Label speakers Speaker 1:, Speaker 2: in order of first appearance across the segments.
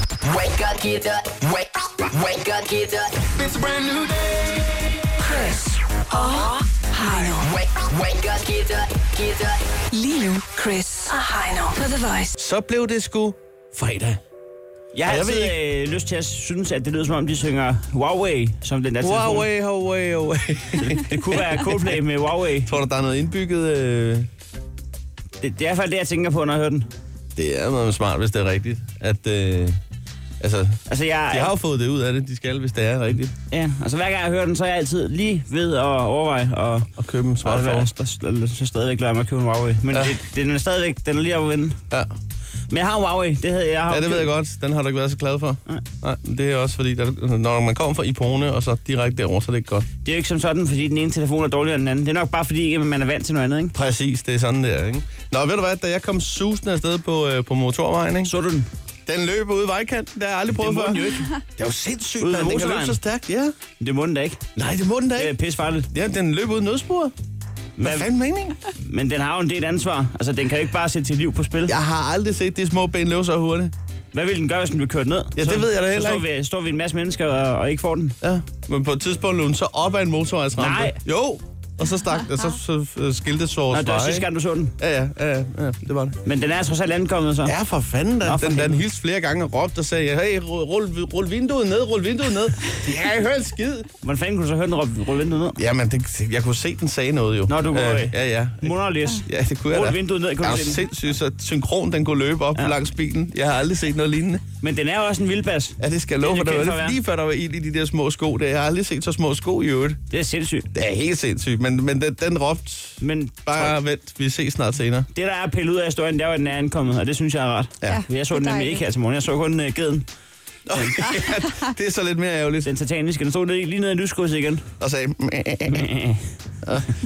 Speaker 1: Wake up, get up. Wake, wake up, get up.
Speaker 2: It's a brand new day.
Speaker 1: Chris og Heino. Wake, wake up, get up, get up.
Speaker 3: Lige nu, Chris og Heino på The Voice.
Speaker 4: Så blev det sgu fredag.
Speaker 5: Jeg har
Speaker 4: Jeg ved
Speaker 5: altid øh, lyst til at synes, at det lyder som om, de synger Huawei, som den der telefon.
Speaker 4: Huawei, Huawei, Huawei.
Speaker 5: Det kunne være Coldplay med Huawei.
Speaker 4: Tror du, der er noget indbygget? Øh...
Speaker 5: Det, det er i hvert fald det, jeg tænker på, når jeg hører den.
Speaker 4: Det er meget smart, hvis det er rigtigt. At, øh... Altså,
Speaker 5: Altså, jeg,
Speaker 4: de har jo fået det ud af det, de skal, hvis det er rigtigt.
Speaker 5: ja, altså, hver gang jeg hører den, så er jeg altid lige ved at overveje og
Speaker 4: At købe en
Speaker 5: og
Speaker 4: smartphone.
Speaker 5: være- der- der- så stadigvæk lade mig at købe en Huawei. Men
Speaker 4: Ja.
Speaker 5: ja. det, den er stadigvæk den er lige oppe at vinde.
Speaker 4: Ja.
Speaker 5: Men jeg har en Huawei, det havde jeg. Har
Speaker 4: ja, det ved jeg godt. Den har du ikke været så glad for.
Speaker 5: Nej.
Speaker 4: Nej men det er også fordi, der, når man kommer fra Ipone og så direkte derover, så er det ikke godt.
Speaker 5: Det er jo ikke som sådan, fordi den ene telefon er dårligere end den anden. Det er nok bare fordi, at man er vant til noget andet, ikke?
Speaker 4: Præcis, det er sådan der, ikke? Nå, ved du hvad, da jeg kom susende afsted på, øh, på motorvejen, ikke?
Speaker 5: Så du den?
Speaker 4: Den løber ude i vejkanten, det har jeg aldrig prøvet
Speaker 5: Det må
Speaker 4: før.
Speaker 5: den jo ikke.
Speaker 4: Det er jo sindssygt,
Speaker 5: Ude
Speaker 4: man.
Speaker 5: på
Speaker 4: Den kan løbe
Speaker 5: motorvejen.
Speaker 4: så stærkt, ja.
Speaker 5: Det må den da ikke.
Speaker 4: Nej, det må den da
Speaker 5: Det er
Speaker 4: ikke.
Speaker 5: pissefarligt.
Speaker 4: Ja, den løb ud i nødsporet. Hvad
Speaker 5: Men-
Speaker 4: fanden mening?
Speaker 5: Men den har jo en del ansvar. Altså, den kan jo ikke bare sætte sit liv på spil.
Speaker 4: Jeg har aldrig set de små ben løbe så hurtigt.
Speaker 5: Hvad vil den gøre, hvis den bliver kørt ned?
Speaker 4: Ja, det ved jeg da heller
Speaker 5: så står vi, står vi en masse mennesker og, og ikke får den.
Speaker 4: Ja, men på et tidspunkt løb den så op ad en motorvejsrampe.
Speaker 5: Nej.
Speaker 4: Jo, og så stak, og så, så, så skilte så
Speaker 5: Nå,
Speaker 4: vores
Speaker 5: det var
Speaker 4: veje,
Speaker 5: sidste
Speaker 4: ikke?
Speaker 5: gang, du så den.
Speaker 4: Ja, ja, ja, ja, det var det.
Speaker 5: Men den er trods alt ankommet, så.
Speaker 4: Ja, for fanden da.
Speaker 5: Nå,
Speaker 4: Nå,
Speaker 5: for
Speaker 4: for den, den
Speaker 5: helvede.
Speaker 4: hilste flere gange og råbte og sagde, hey, rul, rul, rul vinduet ned, rul vinduet ned. ja, jeg hører en skid.
Speaker 5: Hvordan fanden kunne du så høre den råbe rulle vinduet ned?
Speaker 4: Jamen, det, jeg kunne se, den sagde noget jo. Øh,
Speaker 5: Nå, du kunne det.
Speaker 4: Ja, ja.
Speaker 5: Monolis.
Speaker 4: Ja, det kunne jeg
Speaker 5: Rul
Speaker 4: da.
Speaker 5: vinduet ned, kunne
Speaker 4: jeg
Speaker 5: du
Speaker 4: er
Speaker 5: se den?
Speaker 4: sindssygt, så synkron, den kunne løbe op ja.
Speaker 5: Ja.
Speaker 4: langs bilen. Jeg har aldrig set noget lignende.
Speaker 5: Men den er jo også en vildbas.
Speaker 4: Ja, det skal jeg love
Speaker 5: Det
Speaker 4: for.
Speaker 5: er
Speaker 4: Det var
Speaker 5: det
Speaker 4: det
Speaker 5: kendt for,
Speaker 4: lige før, der var ild i de der små sko. Der. Jeg har aldrig set så små sko i øvrigt.
Speaker 5: Det er sindssygt.
Speaker 4: Det er helt sindssygt, men, men den, den råbte
Speaker 5: Men
Speaker 4: bare, vent, vi ses snart senere.
Speaker 5: det, der er pillet ud af historien, det er jo, at den er ankommet, og det synes jeg er rart.
Speaker 4: Ja.
Speaker 5: Jeg så den
Speaker 6: det er
Speaker 5: nemlig ikke her til morgen. Jeg så kun uh, geden.
Speaker 4: det er så lidt mere ærgerligt.
Speaker 5: Den sataniske. Den stod ned- lige nede i lyskryds igen.
Speaker 4: Og sagde, "Mæh,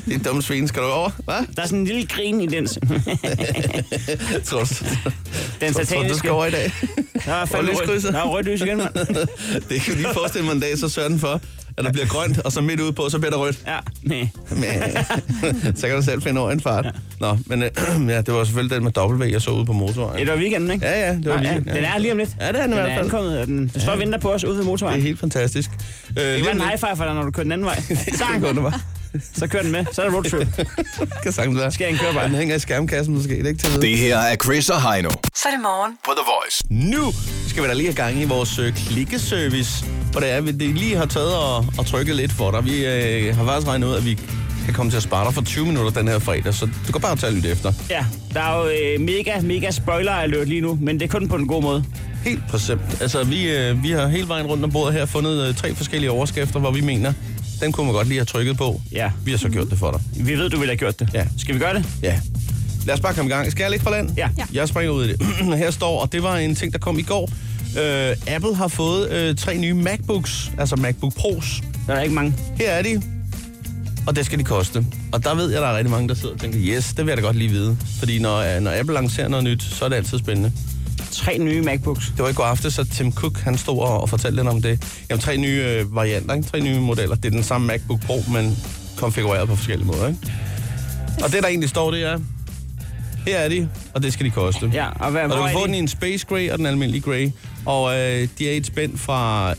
Speaker 4: det dumme svin, skal du over? Hvad?
Speaker 5: Der er sådan en lille grin i den.
Speaker 4: Tror du,
Speaker 5: Den
Speaker 4: tror, tror, du
Speaker 5: sataniske.
Speaker 4: skal over i dag?
Speaker 5: Der er fandme rødt,
Speaker 4: lyskrydset.
Speaker 5: der er rødt lys igen, mand.
Speaker 4: Det kan vi lige forestille mig en dag, så sørger den for, at der bliver grønt, og så midt ude på, så bliver der rødt.
Speaker 5: Ja, nej.
Speaker 4: Mæh. så kan du selv finde over en fart. Nå, men øh, ja, det var selvfølgelig den med W, jeg så ude på motorvejen.
Speaker 5: Det var weekenden, ikke?
Speaker 4: Ja, ja, det var
Speaker 5: Nå, ja,
Speaker 4: weekenden, ja.
Speaker 5: Den er lige om lidt.
Speaker 4: Ja, det er den i
Speaker 5: den
Speaker 4: hvert
Speaker 5: er
Speaker 4: fald.
Speaker 5: ankommet, og den, den står og venter på os ude ved
Speaker 4: Det er
Speaker 5: motorvejen. Det
Speaker 4: helt fantastisk. Øh,
Speaker 5: kan være en high five for dig, når du kører den anden vej. Sang,
Speaker 4: Det var.
Speaker 5: så kører den med. Så er det roadtrip.
Speaker 4: Kan sagtens være.
Speaker 5: Skal jeg en kørebar?
Speaker 4: Den hænger i skærmkassen måske, det er ikke til at vide.
Speaker 2: Det her er Chris og Heino
Speaker 3: Så er det morgen.
Speaker 2: på The Voice.
Speaker 4: Nu skal vi da lige have gang i vores øh, klikkeservice, hvor det er, vi det lige har taget og, og trykket lidt for dig. Vi øh, har faktisk regnet ud, at vi kan komme til at spare dig for 20 minutter den her fredag, så du kan bare tage lidt efter.
Speaker 5: Ja, der er jo øh, mega, mega spoiler alert lige nu, men det er kun på den gode måde.
Speaker 4: Helt præcist. Altså, vi, øh, vi har hele vejen rundt om bordet her fundet øh, tre forskellige overskrifter, hvor vi mener, den kunne man godt lige have trykket på.
Speaker 5: Ja.
Speaker 4: Vi har så gjort det for dig.
Speaker 5: Vi ved, du ville have gjort det.
Speaker 4: Ja.
Speaker 5: Skal vi gøre det?
Speaker 4: Ja. Lad os bare komme i gang. Skal jeg ligge fra land?
Speaker 5: Ja. Ja.
Speaker 4: Jeg springer ud i det. Her står, og det var en ting, der kom i går. Øh, Apple har fået øh, tre nye MacBooks, altså MacBook Pros.
Speaker 5: Der er der ikke mange.
Speaker 4: Her er de, og det skal de koste. Og der ved jeg, der er rigtig mange, der sidder og tænker, yes, det vil jeg da godt lige vide. Fordi når, øh, når Apple lancerer noget nyt, så er det altid spændende.
Speaker 5: Tre nye MacBooks.
Speaker 4: Det var i går aftes, så Tim Cook han stod og, og fortalte lidt om det. Jamen, tre nye øh, varianter, ikke? tre nye modeller. Det er den samme MacBook Pro, men konfigureret på forskellige måder. Ikke? Og det, der egentlig står, det er, her er de, og det skal de koste.
Speaker 5: Ja, og hvad,
Speaker 4: Og du
Speaker 5: hvor
Speaker 4: kan få
Speaker 5: er
Speaker 4: den i
Speaker 5: de?
Speaker 4: en Space Gray og den almindelige Gray. Og øh, de er i et spænd fra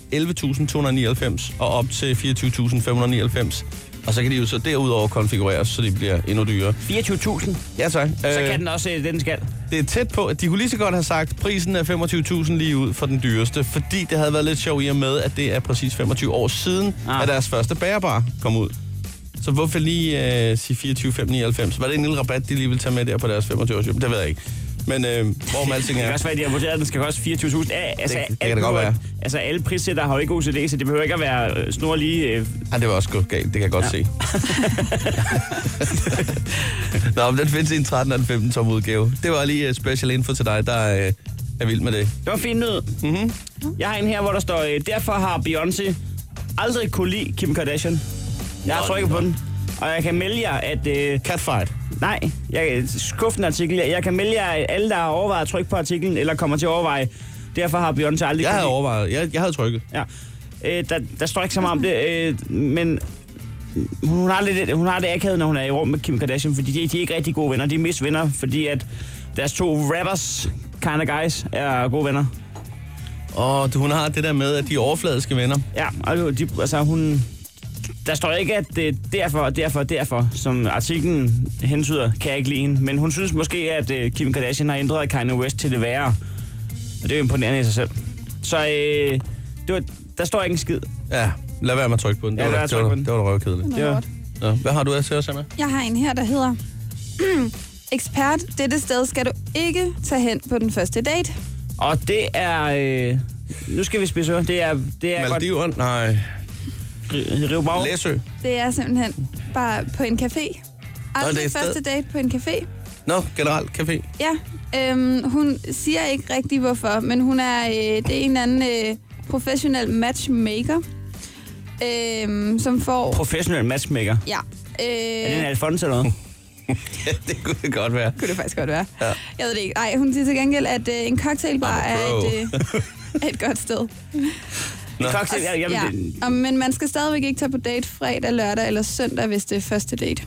Speaker 4: 11.299 og op til 24.599. Og så kan de jo så derudover konfigureres, så de bliver endnu dyrere.
Speaker 5: 24.000.
Speaker 4: Ja tak.
Speaker 5: Så kan den også øh, det, den skal.
Speaker 4: Det er tæt på, at de kunne lige så godt have sagt, prisen er 25.000 lige ud for den dyreste, fordi det havde været lidt sjovt i og med, at det er præcis 25 år siden,
Speaker 5: Ah.
Speaker 4: ah. at deres første bærebar kom ud. Så hvorfor lige øh, sige 24.599? Var det en lille rabat, de lige ville tage med der på deres 25 års Det ved jeg ikke. Men øh, hvor man alting
Speaker 5: Det kan
Speaker 4: er.
Speaker 5: også være, at de har vurderet, at den skal koste 24.000. Ja, altså,
Speaker 4: det kan
Speaker 5: alt
Speaker 4: det godt
Speaker 5: behøver-
Speaker 4: være.
Speaker 5: Altså, alle prissætter har jo ikke OCD, så det behøver ikke at være øh, snorlige. Øh,
Speaker 4: Ja, det var også gået galt, det kan jeg godt ja. se. Nå, men den findes i en 13 og en 15 tom udgave. Det var lige øh, special info til dig, der øh, er vild med det.
Speaker 5: det var fint ud.
Speaker 4: Mm-hmm.
Speaker 5: Jeg har en her, hvor der står, øh, derfor har Beyoncé aldrig kunne lide Kim Kardashian. Jeg har
Speaker 4: Nå,
Speaker 5: trykket
Speaker 4: nå.
Speaker 5: på den. Og jeg kan melde jer, at... Øh,
Speaker 4: Catfight.
Speaker 5: nej, jeg, skuffende artikel. her. Jeg kan melde jer, at alle, der har overvejet at trykke på artiklen, eller kommer til at overveje, derfor har Beyoncé aldrig
Speaker 4: Jeg havde
Speaker 5: kunne
Speaker 4: overvejet, jeg, jeg havde trykket.
Speaker 5: lide... Ja. Øh, der, der står ikke så meget om det, øh, men hun har, lidt, hun har det akavet, når hun er i rum med Kim Kardashian, fordi de, de er ikke rigtig gode venner. De er mest venner, fordi at deres to rappers, kind of guys, er gode venner.
Speaker 4: Og hun har det der med, at de er overfladiske venner.
Speaker 5: Ja, og jo, de, altså hun... Der står ikke, at det er derfor, og derfor, og derfor, som artiklen hensyder, kan jeg ikke lide hende. Men hun synes måske, at øh, Kim Kardashian har ændret Kanye West til det værre. Og det er jo imponerende i sig selv. Så øh, det var, der står ikke en skid.
Speaker 4: Ja, lad være med at trykke på den. Det
Speaker 5: Ja,
Speaker 4: var,
Speaker 5: lad
Speaker 4: da-
Speaker 5: være
Speaker 4: det var,
Speaker 5: at trykke på den.
Speaker 4: det var da røvkedeligt.
Speaker 6: Nå,
Speaker 5: Ja.
Speaker 6: lort.
Speaker 4: Nå, hvad har du af til os, Emma?
Speaker 6: Jeg har en her, der hedder... Ekspert, dette sted skal du ikke tage hen på den første date.
Speaker 5: Og det er... Øh, nu skal vi spise ører. Det er, det er godt...
Speaker 4: Maldiven? Nej.
Speaker 5: Riv, riv bag.
Speaker 4: Læsø?
Speaker 6: Det er simpelthen bare på en café.
Speaker 4: det er et
Speaker 6: Aldrig
Speaker 4: sted.
Speaker 6: første date på en café.
Speaker 4: Nå, generelt café.
Speaker 6: Ja, øhm, hun siger ikke rigtig hvorfor, men hun er, øh, det er en eller anden øh, professionel matchmaker, øhm, som får...
Speaker 5: Professionel matchmaker.
Speaker 6: Ja,
Speaker 5: Er det en
Speaker 6: øh,
Speaker 5: Alfons eller noget?
Speaker 4: Ja, det kunne det godt være.
Speaker 6: kunne det faktisk godt være. Ja. Jeg ved det ikke. Nej, hun siger til gengæld, at øh, en cocktailbar
Speaker 4: I'm a
Speaker 6: er
Speaker 4: pro.
Speaker 6: et, øh, er et godt sted.
Speaker 5: Nå. Cocktail, ja, jamen,
Speaker 6: Altså, ja.
Speaker 5: det,
Speaker 6: Og, men man skal stadigvæk ikke tage på date fredag, lørdag eller søndag, hvis det er første date.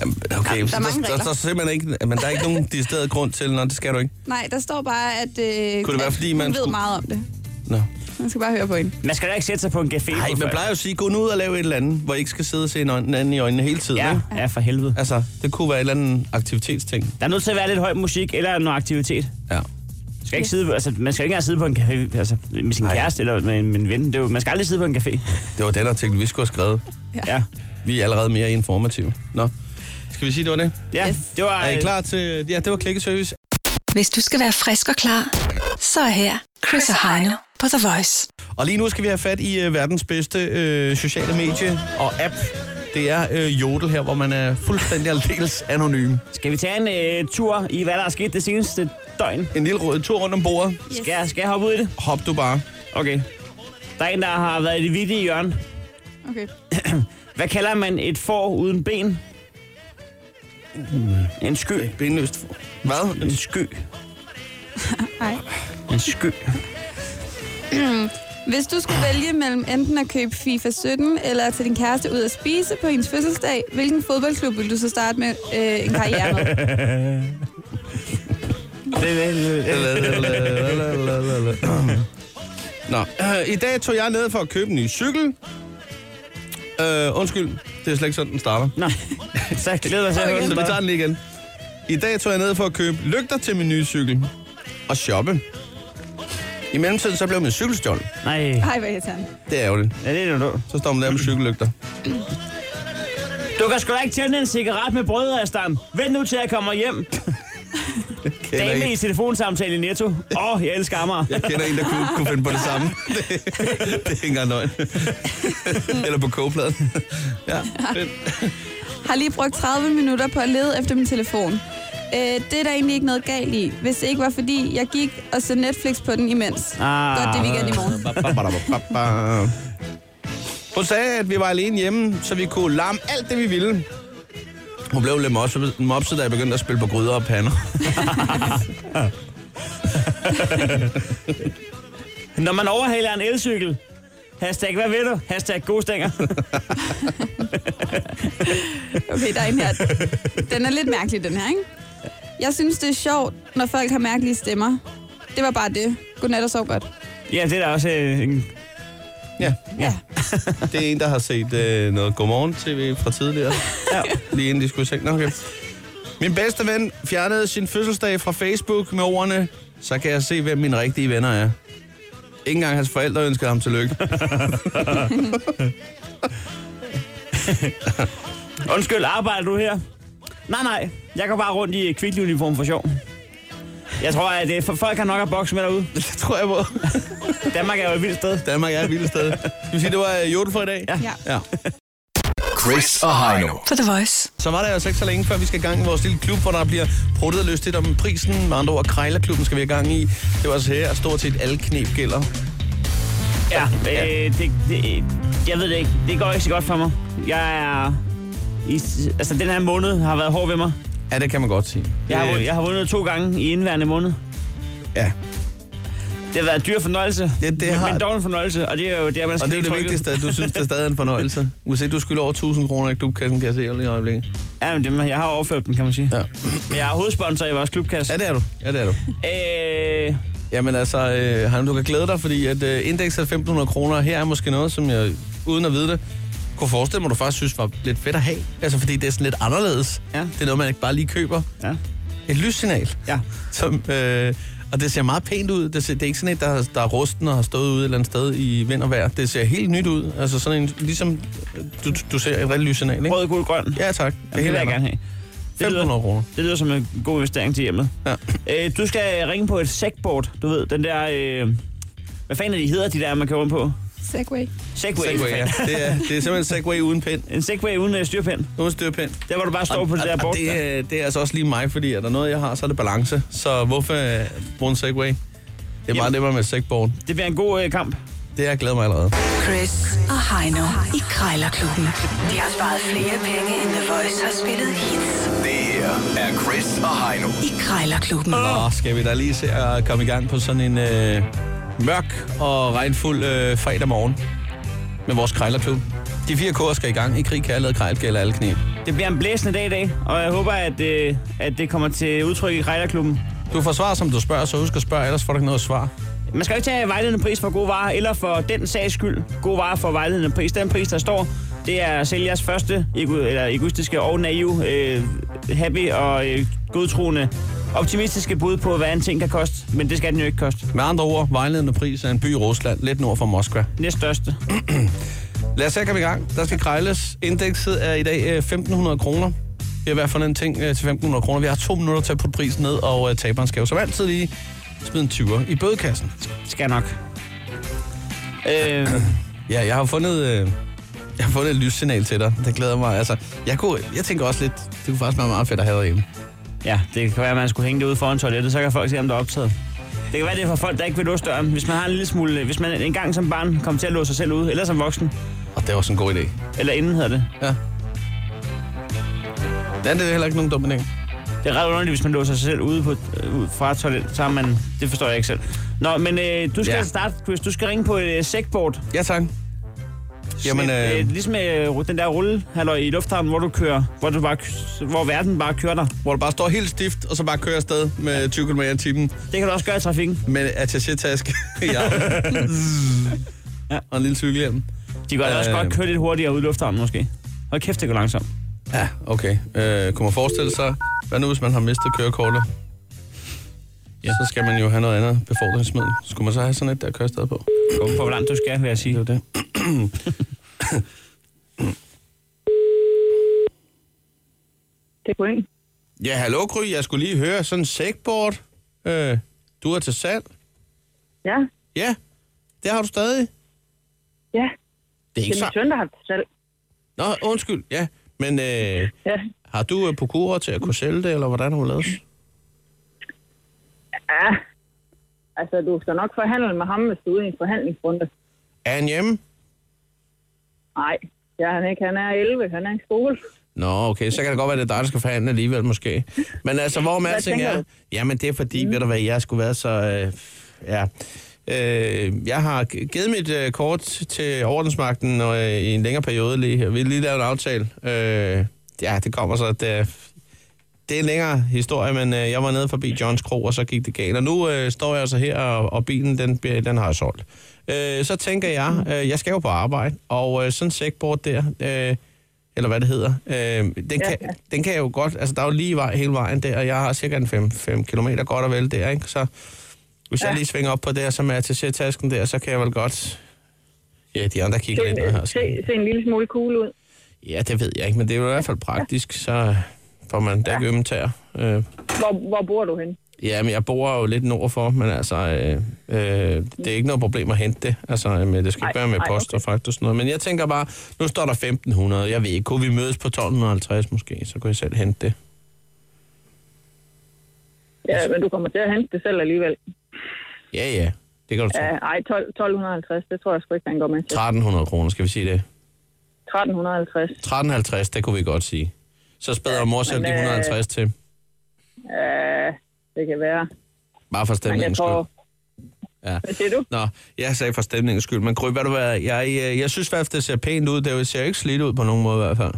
Speaker 4: Jamen, okay,
Speaker 6: Der- der er mange
Speaker 4: der, der,
Speaker 6: regler.
Speaker 4: der, er simpelthen ikke, men der er ikke nogen decideret grund til, når det skal du ikke.
Speaker 6: Nej, der står bare, at, øh,
Speaker 4: Kunne det være,
Speaker 6: at
Speaker 4: fordi
Speaker 6: hun
Speaker 4: man
Speaker 6: ved
Speaker 4: skulle-
Speaker 6: meget om det.
Speaker 4: Nå.
Speaker 6: Man skal bare høre på hende.
Speaker 5: man skal da ikke sætte sig på en café.
Speaker 4: Nej,
Speaker 5: på
Speaker 4: man
Speaker 5: før-
Speaker 4: plejer jo at sige, gå nu ud og lave et eller andet, hvor I ikke skal sidde og se hinanden i øjnene hele tiden.
Speaker 5: Ja,
Speaker 4: Ikke?
Speaker 5: ja, for helvede.
Speaker 4: Altså, det kunne være et eller andet aktivitetsting.
Speaker 5: Der er nødt til at være lidt høj musik eller noget aktivitet.
Speaker 4: Ja.
Speaker 5: Man skal ikke sidde, altså, man skal ikke engang sidde på en café altså, med sin
Speaker 4: Nej.
Speaker 5: Ej. kæreste eller med en, med en ven. Det er jo, man skal aldrig sidde på en café.
Speaker 4: Det var den artikel, vi skulle have skrevet.
Speaker 5: Ja.
Speaker 4: Vi er allerede mere informative. Nå. Skal vi sige, det var det?
Speaker 5: Ja,
Speaker 6: Yes.
Speaker 5: det var... øh,
Speaker 4: Er I klar til... Ja, det var klikkeservice.
Speaker 3: Hvis du skal være frisk og klar, så er her Chris og Heino på The Voice.
Speaker 4: Og lige nu skal vi have fat i øh, verdens bedste øh, sociale medie og app. Det er øh, Jodel her, hvor man er fuldstændig aldeles anonym.
Speaker 5: Skal vi tage en øh, tur i, hvad der er sket det seneste døgn?
Speaker 4: En lille rød tur rundt om bordet.
Speaker 6: Yes.
Speaker 5: Skal, jeg- skal jeg hoppe ud i det?
Speaker 4: Hop du bare.
Speaker 5: Okay. Der er en, der har været i det vilde hjørne.
Speaker 6: Okay.
Speaker 5: Hvad kalder man et får uden ben? En sky.
Speaker 4: Benløst. Hvad?
Speaker 5: En sky.
Speaker 6: Hej.
Speaker 5: En sky.
Speaker 6: Hvis du skulle vælge mellem enten at købe FIFA 17 eller tage din kæreste ud at spise på hendes fødselsdag, hvilken fodboldklub vil du så starte med øh, en karriere med?
Speaker 5: Det, det, det, det.
Speaker 4: Nå, øh, i dag tog jeg ned for at købe en ny cykel. Øh, undskyld, det er slet ikke sådan, den starter.
Speaker 5: Nej, så jeg glæder jeg mig til at høre
Speaker 4: Så vi tager den lige igen. I dag tog jeg ned for at købe lygter til min nye cykel og shoppe. I mellemtiden så blev min cykel stjålet.
Speaker 5: Nej,
Speaker 6: Hej, hvor irriterende.
Speaker 4: Det er ærgerligt.
Speaker 5: ja, det er nu du.
Speaker 4: Så står man der med cykellygter.
Speaker 5: Du kan sgu da ikke tænde en cigaret med brødresteren. Vent nu til jeg kommer hjem.
Speaker 4: Kender
Speaker 5: Dame i
Speaker 4: en,
Speaker 5: telefonsamtale i Netto. Åh, oh, jeg elsker Amager.
Speaker 4: jeg kender en, der kunne, kunne finde på det samme. Det, det er ikke engang løgn. Eller på kogepladen. Ja, fedt.
Speaker 6: Har lige brugt 30 minutter på at lede efter min telefon. Øh, det er der egentlig ikke noget galt i, hvis det ikke var fordi, jeg gik og så Netflix på den imens.
Speaker 5: Ah.
Speaker 6: Godt, det er weekend i morgen.
Speaker 4: Ba-ba-da-ba-ba-ba. Hun sagde, at vi var alene hjemme, så vi kunne larme alt det, vi ville. Hun blev lidt mopset, mopset da jeg begyndte at spille på gryder og pander.
Speaker 5: Når man overhaler en elcykel. Hashtag, hvad ved du? Hashtag, gode stænger.
Speaker 6: Okay, der er en her. Den er lidt mærkelig, den her, ikke? Jeg synes, det er sjovt, når folk har mærkelige stemmer. Det var bare det. Godnat og sov godt.
Speaker 5: ja, det er da også øh, en...
Speaker 4: Ja,
Speaker 6: Ja.
Speaker 4: det er en, der har set øh, noget Godmorgen-tv fra tidligere.
Speaker 5: Ja.
Speaker 4: Lige inden de skulle i seng. Nå, Okay. Min bedste ven fjernede sin fødselsdag fra Facebook med ordene, så kan jeg se, hvem mine rigtige venner er. Ikke engang hans forældre ønskede ham tillykke.
Speaker 5: Undskyld, arbejder du her? Nej, nej. Jeg går bare rundt i kvickly-uniform for sjov. Jeg tror, at øh, for- folk har nok at bokse med derude.
Speaker 4: det tror jeg på.
Speaker 5: Danmark er jo et vildt sted.
Speaker 4: Danmark er et vildt sted. Skal vi sige, det var øh, jodel for i dag?
Speaker 6: Ja.
Speaker 4: ja.
Speaker 2: Chris og Heino.
Speaker 3: På The Voice.
Speaker 4: Så var der altså ikke så længe, før vi skal i gang i vores lille klub, hvor der bliver pruttet og lystigt om prisen. Med andre ord, Krejlerklubben skal vi i gang i. Det var altså her, at stort set alle knep gælder.
Speaker 5: Ja, øh, det, det, jeg ved det ikke. Det går ikke så godt for mig. Jeg er... I, altså, den her måned har været hård ved mig.
Speaker 4: Ja, det kan man godt sige.
Speaker 5: Jeg har,
Speaker 4: Øh,
Speaker 5: vundet, jeg har vundet to gange i indværende måned.
Speaker 4: Ja.
Speaker 5: Det har været en dyr fornøjelse.
Speaker 4: Ja, det
Speaker 5: men,
Speaker 4: har-
Speaker 5: Men dog en fornøjelse, og det er jo det, er, man skal
Speaker 4: Og det er jo
Speaker 5: blive
Speaker 4: det
Speaker 5: trykket.
Speaker 4: vigtigste, at du synes, det er stadig en fornøjelse. Hvis ikke du skylder over 1000 kroner i klubkassen, kan jeg se lige i øjeblikket.
Speaker 5: Ja, men dem, jeg har overført dem, kan man sige.
Speaker 4: Ja.
Speaker 5: Men jeg er hovedsponsor i vores klubkasse.
Speaker 4: ja, det er du. Ja, det er du.
Speaker 5: Øh,
Speaker 4: Jamen altså, øh, Heino, du kan glæde dig, fordi at øh, indekset er 1.500 kroner. Her er måske noget, som jeg, uden at vide det, kunne forestille mig, du faktisk synes var lidt fedt at have. Altså, fordi det er sådan lidt anderledes.
Speaker 5: Ja.
Speaker 4: Det er noget, man ikke bare lige køber.
Speaker 5: Ja.
Speaker 4: Et lyssignal.
Speaker 5: Ja.
Speaker 4: Som, øh, og det ser meget pænt ud. Det, ser, det er ikke sådan et, der, har- der er rusten og har stået ude et eller andet sted i vind og vejr. Det ser helt nyt ud. Altså sådan en, ligesom øh, du, du ser et rigtig lyssignal, ikke?
Speaker 5: Rød, gul, grøn. Ja,
Speaker 4: Ja, tak.
Speaker 5: det vil jeg
Speaker 4: andet.
Speaker 5: gerne have. Det lyder,
Speaker 4: 1.500 kroner.
Speaker 5: det lyder som en god investering til hjemmet.
Speaker 4: Ja.
Speaker 5: Øh, du skal ringe på et sækbord, du ved. Den der... Øh, hvad fanden er de hedder, de der, man kører rundt på?
Speaker 6: Segway.
Speaker 5: Segway.
Speaker 4: Segway, ja. Det er, det er simpelthen Segway uden pind.
Speaker 5: En Segway uden øh, styrpind.
Speaker 4: Uden styrpind.
Speaker 5: Der, hvor du bare står på det der
Speaker 4: og
Speaker 5: bord.
Speaker 4: det,
Speaker 5: der.
Speaker 4: er- det er altså også lige mig, fordi er der noget, jeg har, så er det balance. Så hvorfor øh, bruge en Segway? Det er meget
Speaker 5: Jamen.
Speaker 4: nemmere med Segboard.
Speaker 5: det bliver en god øh, kamp.
Speaker 4: Det har jeg glædet mig allerede.
Speaker 3: Chris og Heino i Krejlerklubben.
Speaker 1: De har sparet flere penge, end The Voice har spillet hits
Speaker 2: Det her er Chris og Heino.
Speaker 3: I Krejlerklubben.
Speaker 4: Nå, skal vi da lige se at komme i gang på sådan en øh, mørk og regnfuld øh, fredag morgen med vores krejlerklub. De fire kår skal i gang i krig, kærlighed, krejl, gælder alle knæ.
Speaker 5: Det bliver en blæsende dag i dag, og jeg håber, at, øh, at det kommer til udtryk i Rejderklubben.
Speaker 4: Du får svar, som du spørger, så husk at spørge, ellers får du ikke noget svar.
Speaker 5: Man skal jo ikke tage vejledende pris for gode varer, eller for den sags skyld gode varer for vejledende pris. Den pris, der står, det er sælgers første ego, eller egoistiske og naiv, øh, happy og øh, godtroende, optimistiske bud på, hvad en ting kan koste. Men det skal den jo ikke koste.
Speaker 4: Med andre ord, vejledende pris er en by i Rusland, lidt nord for Moskva.
Speaker 5: Næststørste.
Speaker 4: Lad os se at komme i gang. Der skal krejles. Indekset er i dag øh, 1.500 kroner. Vi har i hvert fald en ting øh, til 1.500 kroner. Vi har to minutter til at putte prisen ned, og øh, taberen skal jo som altid lige smide en 20'er i bødekassen.
Speaker 5: Skal nok. Øh,
Speaker 4: Ja, jeg har fundet, øh, jeg har fundet et lyssignal til dig. Det glæder mig. Altså, jeg, kunne, jeg tænker også lidt, det kunne faktisk være meget fedt at have derhjemme.
Speaker 5: ja, det kan være, at man skulle hænge det ude foran toilettet, så kan folk se, om der er optaget. Det kan være, det er for folk, der ikke vil låse døren. Hvis man har en lille smule... Hvis man engang som barn kom til at låse sig selv ude, eller som voksen,
Speaker 4: Og det var også en god idé.
Speaker 5: eller inden hedder det.
Speaker 4: Ja. Ja, det er heller ikke nogen dum idé.
Speaker 5: Det er ret underligt, hvis man låser sig selv ude på, øh, ud fra toilet, så er man, det forstår jeg ikke selv. Nå, men øh, du skal
Speaker 4: Ja.
Speaker 5: ja. starte, Chris. Du skal ringe på et øh, sækbord.
Speaker 4: Ja, tak.
Speaker 5: Sådan
Speaker 4: Jamen,
Speaker 5: et,
Speaker 4: øh,
Speaker 5: ligesom øh, den der rulle halløj, i lufthavnen, hvor du kører, hvor, du bare, hvor verden bare kører dig.
Speaker 4: hvor du bare står helt stift, og så bare kører afsted med 20 km i timen
Speaker 5: Det kan du også gøre i trafikken.
Speaker 4: med attaché-task i armen.
Speaker 5: Ja.
Speaker 4: Og en lille cykelhjelm.
Speaker 5: De kan øh, også
Speaker 4: Øh.
Speaker 5: godt køre lidt hurtigere ude i lufthavnen, måske. Hold kæft, det går langsomt.
Speaker 4: Ja, okay. Øh, kunne man forestille sig, hvad nu hvis man har mistet kørekortet? Ja. Så skal man jo have noget andet befordringsmiddel. Skulle man så have sådan et, der kører afsted på?
Speaker 5: Kom på, hvor langt du skal, vil jeg sige.
Speaker 4: Det er jo det.
Speaker 7: Det er point.
Speaker 4: Ja, hallo Gry, jeg skulle lige høre sådan en sækbord. Øh, du er til salg?
Speaker 7: Ja,
Speaker 4: Ja, det har du stadig.
Speaker 7: ja.
Speaker 4: Det er
Speaker 7: Det
Speaker 4: ikke
Speaker 7: er min
Speaker 4: så...
Speaker 7: søn, der har haft salg.
Speaker 4: Nå, undskyld, ja. Men øh,
Speaker 7: Ja.
Speaker 4: har du øh, på kurer til at kunne sælge det, eller hvordan har du lavet?
Speaker 7: ja. Altså, du skal nok forhandle med ham, hvis du er ude i en forhandlingsrunde.
Speaker 4: Er han hjemme?
Speaker 7: Nej, ja, han, er ikke. han er 11, han er i skole.
Speaker 4: Nå, okay, så kan det godt være, det er dig, der skal forhandle alligevel måske. Men altså, hvor med alting
Speaker 7: tænker
Speaker 4: er...
Speaker 7: du?
Speaker 4: Jamen, det er fordi, mm. ved du hvad, jeg skulle være så... Øh, ja. Øh, jeg har g- givet mit øh, kort til ordensmagten og, øh, i en længere periode lige her. Vi har lige lavet en aftale. Øh, ja, det kommer så, at det, det er en længere historie, men øh, jeg var nede forbi Johns Kro, og så gik det galt. Og nu øh, står jeg altså her, og, og bilen, den, bliver- den har jeg solgt. Øh, så tænker jeg, øh, jeg skal jo på arbejde, og øh, sådan en sækbord der, øh, eller hvad det hedder, øh, den, ja. kan, den kan jeg jo godt, altså der er jo lige vej hele vejen der, og jeg har cirka en 5 km godt og vel der, ikke? Så hvis ja. jeg lige svinger op på det, og så med til tasken der, så kan jeg vel godt... Ja, de andre kigger
Speaker 7: Se,
Speaker 4: lidt ned her. så-
Speaker 7: se, se en lille smule cool ud.
Speaker 4: Ja, det ved jeg ikke, men det er jo i hvert fald praktisk, så får man da ikke ømme tæer. Øh,
Speaker 7: Hvor, hvor bor du hen?
Speaker 4: Ja, men jeg bor jo lidt nordfor, men altså, øh, øh, det er ikke noget problem at hente det. Altså, men det skal ikke
Speaker 7: Ej,
Speaker 4: være med
Speaker 7: ej,
Speaker 4: post og fragt og sådan noget. Men jeg tænker bare, nu står der 1500, jeg ved ikke, kunne vi mødes på 1250 måske, så kunne jeg selv hente det. Altså-
Speaker 7: Ja, men du kommer til at hente det selv alligevel.
Speaker 4: Ja, ja, det kan du tro.
Speaker 7: Ja, ej, 12, 1250, det tror jeg sgu ikke, han går med til.
Speaker 4: 1300 kroner, skal vi sige det.
Speaker 7: 1350.
Speaker 4: 1350, det kunne vi godt sige. Så spæder mor selv de
Speaker 7: men, øh,
Speaker 4: 150 til,
Speaker 7: Ja, det kan være.
Speaker 4: bare for
Speaker 7: Men jeg
Speaker 4: stemningens skyld.
Speaker 7: tror...
Speaker 4: Ja.
Speaker 7: Hvad siger du?
Speaker 4: Nå, jeg sagde for øh, stemningens skyld, men Gry, ved du hvad, jeg, jeg, jeg synes faktisk, det ser pænt ud. Det ser jo ikke slidt ud på nogen måde i hvert fald.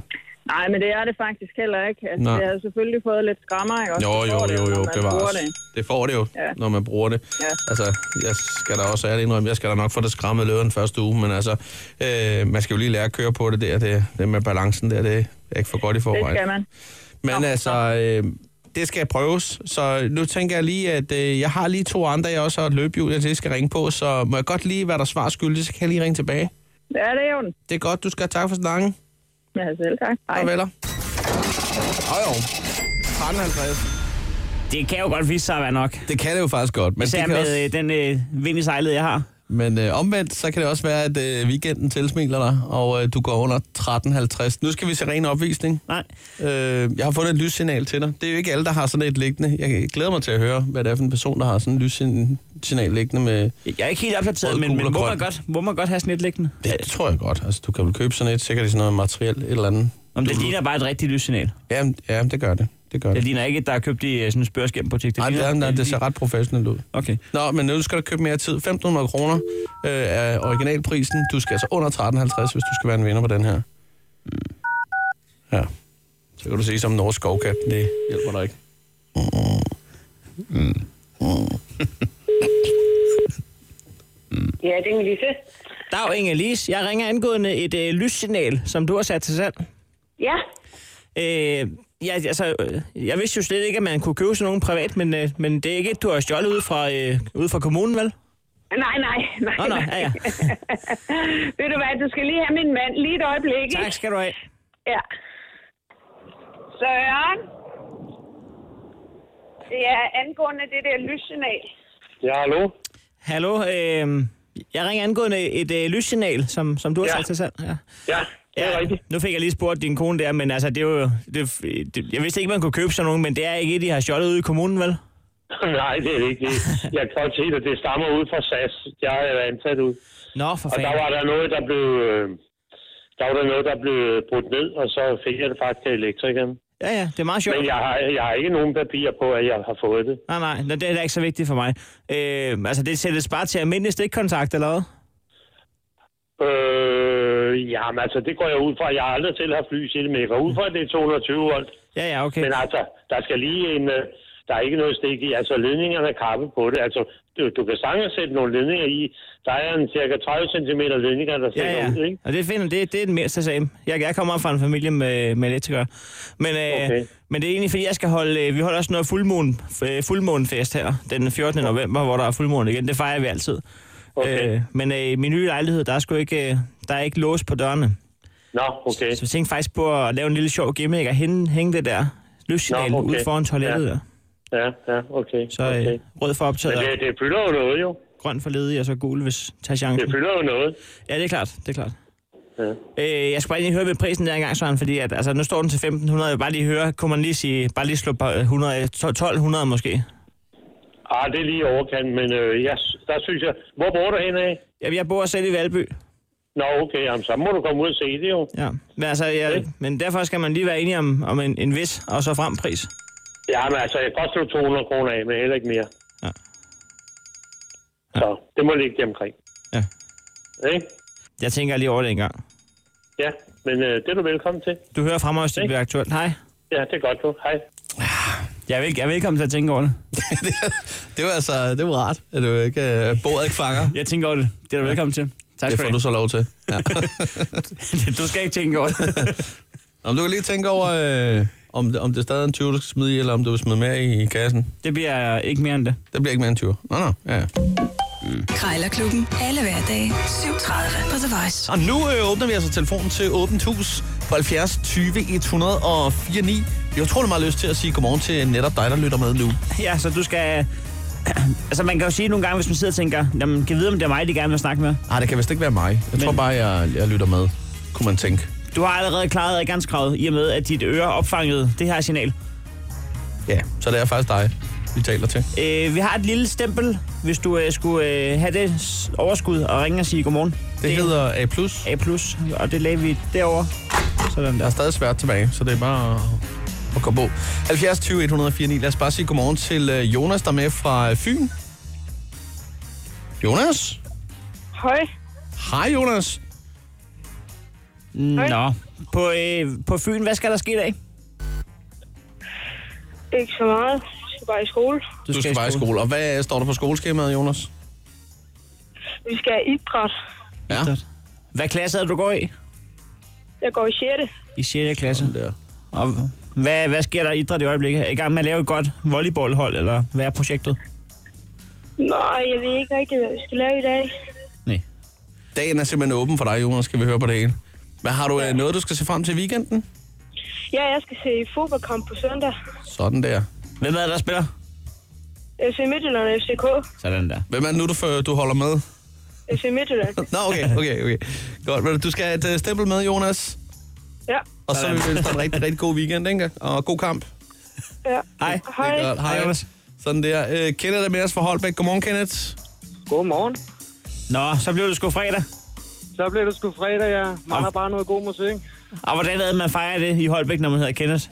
Speaker 7: Nej, men det er det faktisk heller ikke. Altså,
Speaker 4: Nej.
Speaker 7: det har selvfølgelig fået lidt skrammer, ikke?
Speaker 4: Jo,
Speaker 7: Det
Speaker 4: jo,
Speaker 7: får det,
Speaker 4: jo,
Speaker 7: når
Speaker 4: jo,
Speaker 7: man bruger
Speaker 4: bevares.
Speaker 7: det.
Speaker 4: Det får det jo,
Speaker 7: Ja.
Speaker 4: når man bruger det.
Speaker 7: Ja.
Speaker 4: Altså, jeg skal da også ærligt indrømme, jeg skal da nok få det skræmmet i løbet af den første uge, men altså, øh, man skal jo lige lære at køre på det der, det, det med balancen der, det er ikke for godt i
Speaker 7: Det
Speaker 4: forvejen.
Speaker 7: skal man.
Speaker 4: Men altså, øh, det skal prøves. Så nu tænker jeg lige, at øh, jeg har lige to andre, jeg også har et løbehjul, jeg til skal ringe på. Så må jeg godt lige være der svar skyldig, så kan jeg lige ringe tilbage.
Speaker 7: Ja, det er jo den.
Speaker 4: Det er godt, du skal have tak for snakken.
Speaker 7: Ja, selv tak. Hej.
Speaker 4: Farveler. Åh jo. 1350.
Speaker 5: Det kan jo godt vise sig at være nok.
Speaker 4: Det kan det jo faktisk godt. Men, det
Speaker 5: Især
Speaker 4: kan
Speaker 5: med
Speaker 4: også,
Speaker 5: også... den øh, vind i sejlet, jeg har.
Speaker 4: men øh, omvendt, så kan det også være, at øh, weekenden tilsmiler dig, og øh, du går under 1350. Nu skal vi se ren opvisning.
Speaker 5: Nej.
Speaker 4: Øh, jeg har fundet et lyssignal til dig. Det er jo ikke alle, der har sådan et liggende. Jeg glæder mig til at høre, hvad det er for en person, der har sådan et lyssignal liggende med
Speaker 5: Jeg er ikke helt opdateret,
Speaker 4: Rød,
Speaker 5: men,
Speaker 4: gul
Speaker 5: men
Speaker 4: og
Speaker 5: må,
Speaker 4: grøn.
Speaker 5: man godt, må man godt have sådan et liggende?
Speaker 4: Ja, det tror jeg godt. Altså, du kan vel købe sådan et, sikkert i sådan noget materiel, et eller andet.
Speaker 5: Om det ligner bare et rigtigt lyssignal.
Speaker 4: Ja, ja det gør det. Det gør
Speaker 5: Det
Speaker 4: det.
Speaker 5: ligner ikke, at der er købt i øh, sådan en spørgeskæm butik.
Speaker 4: Nej, det, er, nej, det ser ret professionelt ud.
Speaker 5: Okay.
Speaker 4: Nå, men nu skal du købe mere tid. 1.500 kroner øh, er originalprisen. Du skal altså under 13,50, hvis du skal være en vinder på den her. Ja. Så kan du se som en norsk skovkat. Det hjælper dig ikke.
Speaker 8: Ja, det er min Lise.
Speaker 5: Dag, Inge Lise. Jeg ringer angående et øh, lyssignal, som du har sat til salg.
Speaker 8: Ja,
Speaker 5: Øh, ja, altså, øh, jeg vidste jo slet ikke, at man kunne købe sådan nogen privat, men, øh, men det er ikke et, du har stjålet ud fra, øh, ud fra kommunen, vel?
Speaker 8: nej, nej, nej.
Speaker 5: Nå, nå, ja, ja.
Speaker 8: Ved du hvad, du skal lige have min mand lige et øjeblik. ikke?
Speaker 5: Tak skal du have.
Speaker 8: Ja. Søren? Det er angående det der lyssignal.
Speaker 9: Ja, hallo?
Speaker 5: Hallo, øh, jeg ringer angående et øh, lyssignal, som, som du har ja. sat til salg. Ja.
Speaker 9: Ja, det er ja. rigtigt.
Speaker 5: nu fik jeg lige spurgt din kone der, men altså, det er jo... Det, det, jeg vidste ikke, man kunne købe sådan nogen, men det er ikke et, de har stjålet ude i kommunen, vel?
Speaker 9: Nej, det er det ikke. Det- Jeg kan godt se det. Det stammer ud fra SAS. Jeg er ansat ud.
Speaker 5: Nå, for
Speaker 9: Og der
Speaker 5: fanden.
Speaker 9: var der noget, der blev... øh, Der var der noget, der blev brudt ned, og så fik jeg det faktisk af elektrikeren.
Speaker 5: Ja, ja, det er meget sjovt.
Speaker 9: Men jeg har, jeg har ikke nogen papirer på, at jeg har fået det.
Speaker 5: Nej, nej, nå, det er da ikke så vigtigt for mig. Øh, altså, det sættes bare til almindelig stikkontakt, eller hvad?
Speaker 9: Øh, jamen altså, det går jeg ud fra. Jeg har aldrig selv haft lys i det, men jeg går ud fra, at det er 220 volt.
Speaker 5: Ja, ja, okay.
Speaker 9: Men altså, der skal lige en... øh, Der er ikke noget stik i. Altså, ledningerne er kappet på det. Altså, du, du kan sagtens sætte nogle ledninger i. Der er en cirka 30 cm ledninger, der stikker
Speaker 5: Ja,
Speaker 9: ud,
Speaker 5: ja.
Speaker 9: ikke?
Speaker 5: Og det finder det, det er den mindste sag. Jeg, jeg kommer fra en familie med, med elektrikere. Men, øh, okay.
Speaker 9: Okay.
Speaker 5: men det er egentlig fordi, jeg skal holde, øh, vi holder også noget fuldmåne, øh, fuldmånefest her den 14. november, hvor der er fuldmåne igen. Det fejrer vi altid.
Speaker 9: Okay.
Speaker 5: Øh, men øh, i min nye lejlighed, der er sgu ikke, øh, der er ikke lås på dørene.
Speaker 9: Nå, okay.
Speaker 5: Så jeg tænkte faktisk på at lave en lille sjov gimmick og hænge, hænge det der lyssignal
Speaker 9: Nå,
Speaker 5: okay.
Speaker 9: okay.
Speaker 5: ud foran toilettet
Speaker 9: Ja.
Speaker 5: der.
Speaker 9: Ja, ja, okay.
Speaker 5: Så øh,
Speaker 9: okay.
Speaker 5: rød for optaget,
Speaker 9: Men
Speaker 5: det...
Speaker 9: det, det fylder jo noget, jo.
Speaker 5: grøn for ledig, og så gul, hvis tager chancen.
Speaker 9: Det fylder jo noget.
Speaker 5: Ja, det er klart, det er klart.
Speaker 9: Ja.
Speaker 5: Øh, jeg skal bare lige høre ved prisen der engang, Søren, fordi at, altså, nu står den til 1.500. Jeg vil bare lige høre, kunne man lige sige, bare lige slå på, øh, 100, af, to- 1.200 måske?
Speaker 9: Ah, det er lige i overkanten, men øh, jeg, der synes jeg... Hvor bor du henne af?
Speaker 5: Jeg, jeg bor selv i Valby.
Speaker 9: Nå, okay, jamen, så må du komme ud og se det, jo.
Speaker 5: Ja. Men, altså, jeg, men derfor skal man lige være enige om, om en, en vis og så frem pris.
Speaker 9: Ja, men altså, jeg kan godt slå 200 kroner af, men heller ikke mere.
Speaker 5: Ja.
Speaker 9: Så det må ligge dem omkring.
Speaker 5: Ja.
Speaker 9: Ikke?
Speaker 5: Jeg tænker lige over det en gang.
Speaker 9: Ja, men øh, det er du velkommen til.
Speaker 5: Du hører fra mig, hvis det bliver aktuelt. Hej.
Speaker 9: Ja, det er godt du. Hej.
Speaker 5: Jeg er, vel, jeg er velkommen til at tænke over det.
Speaker 4: Det var altså, det var rart, at du ikke øh, bordet ikke fanger.
Speaker 5: Jeg tænker over det. Det er du velkommen til. Tak
Speaker 4: Det
Speaker 5: skal
Speaker 4: får
Speaker 5: du
Speaker 4: du så lov til. Ja.
Speaker 5: have. Du skal ikke tænke over det.
Speaker 4: Om du kan lige tænke over, øh, om, det- om det er stadig en 20, du skal smide i, eller om du vil smide mere i, i kassen.
Speaker 5: Det bliver ikke mere end det.
Speaker 4: Det bliver ikke mere end 20. Nå, nå. Ja.
Speaker 3: Krejlerklubben. Alle hverdage. 7.30 på The Voice.
Speaker 4: Og nu øh, åbner vi altså telefonen til Åbent Hus på 70 20 104 9. Jeg tror, meget lyst til at sige godmorgen til netop dig, der lytter med nu.
Speaker 5: Ja, så du skal... Altså, man kan jo sige nogle gange, hvis man sidder og tænker, jamen, kan jeg vide, om det er mig, de gerne vil snakke med?
Speaker 4: Nej, det kan vist ikke være mig. Jeg Men... tror bare, jeg, jeg lytter med, kunne man tænke.
Speaker 5: Du har allerede klaret adgangskravet, i og med, at dit øre opfangede det her signal.
Speaker 4: Ja, så det er faktisk dig, vi taler til.
Speaker 5: Øh, vi har et lille stempel, hvis du øh, skulle øh, have det s- overskud og ringe og sige godmorgen.
Speaker 4: Det hedder A+.
Speaker 5: A+, og det lagde vi derovre. Sådan
Speaker 4: Jeg
Speaker 5: der.
Speaker 4: er stadig svært tilbage, så det er bare at- at gå på. 70 20 104 9. Lad os bare sige godmorgen til øh, Jonas, der er med fra øh, Fyn. Jonas?
Speaker 8: Høj.
Speaker 4: Hej Jonas.
Speaker 5: Nå. På, øh, på Fyn, hvad skal der ske i dag?
Speaker 8: Ikke så meget. Jeg skal bare i skole.
Speaker 4: Du skal, bare i skole. Og hvad øh, står der på skoleskemaet, Jonas?
Speaker 8: Vi skal have idræt.
Speaker 4: Ja.
Speaker 5: Hvad klasse er det, du går i?
Speaker 8: Jeg går i 6.
Speaker 5: I 6. klasse.
Speaker 4: Der.
Speaker 5: Og hvad, hvad sker der i idræt i øjeblikket? Er I gang med at lave et godt volleyballhold, eller hvad er projektet?
Speaker 8: Nej, jeg ved ikke rigtig, hvad vi skal lave i dag.
Speaker 5: Nej.
Speaker 4: Dagen er simpelthen åben for dig, Jonas, skal vi høre på det hele. Hvad har du øh, noget, du skal se frem til i weekenden?
Speaker 8: Ja, jeg skal se fodboldkamp på søndag.
Speaker 4: Sådan der.
Speaker 5: Hvem er det, der spiller?
Speaker 8: FC Midtjylland og FCK.
Speaker 5: Sådan der.
Speaker 4: Hvem er det nu, du, f- du holder med?
Speaker 8: FC Midtjylland.
Speaker 4: Nå, okay, okay, okay. Godt, men du skal have et øh, stempel med, Jonas.
Speaker 8: Ja,
Speaker 4: Og så vil vi ønske dig en rigtig, rigtig god weekend, ikke? Og god kamp.
Speaker 8: ja.
Speaker 5: Hej.
Speaker 8: Hej.
Speaker 4: Det er godt. Hej, Jonas. Sådan der. Øh, Kenneth er med os fra Holbæk. Godmorgen, Kenneth.
Speaker 10: Godmorgen.
Speaker 5: Nå, så blev det sgu fredag.
Speaker 10: Så bliver det sgu fredag, ja. Man har bare noget god musik.
Speaker 5: Og hvordan er det, man fejrer det i Holbæk, når man hedder Kenneth?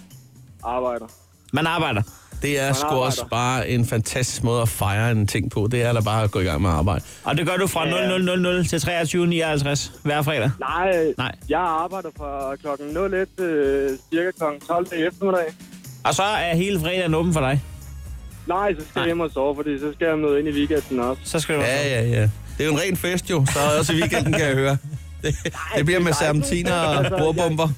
Speaker 10: Arbejder.
Speaker 5: Man arbejder.
Speaker 4: Det er sgu
Speaker 10: arbejder.
Speaker 4: også bare en fantastisk måde at fejre en ting på. Det er da bare at gå i gang med at arbejde.
Speaker 5: Og det gør du fra 0000 til 23.59 hver fredag.
Speaker 10: Nej, øh,
Speaker 5: Nej.
Speaker 10: jeg arbejder fra klokken 01 til cirka klokken 12 i eftermiddag.
Speaker 5: Og så er hele fredagen åben for dig.
Speaker 10: Nej, så skal jeg hjem og sove, fordi så skal jeg møde ind i weekenden også.
Speaker 5: Så skal du...
Speaker 4: Ja, ja, ja. Det er jo en ren fest jo, så også i weekenden, kan jeg høre. Det, det bliver med serpentiner og bordbomber.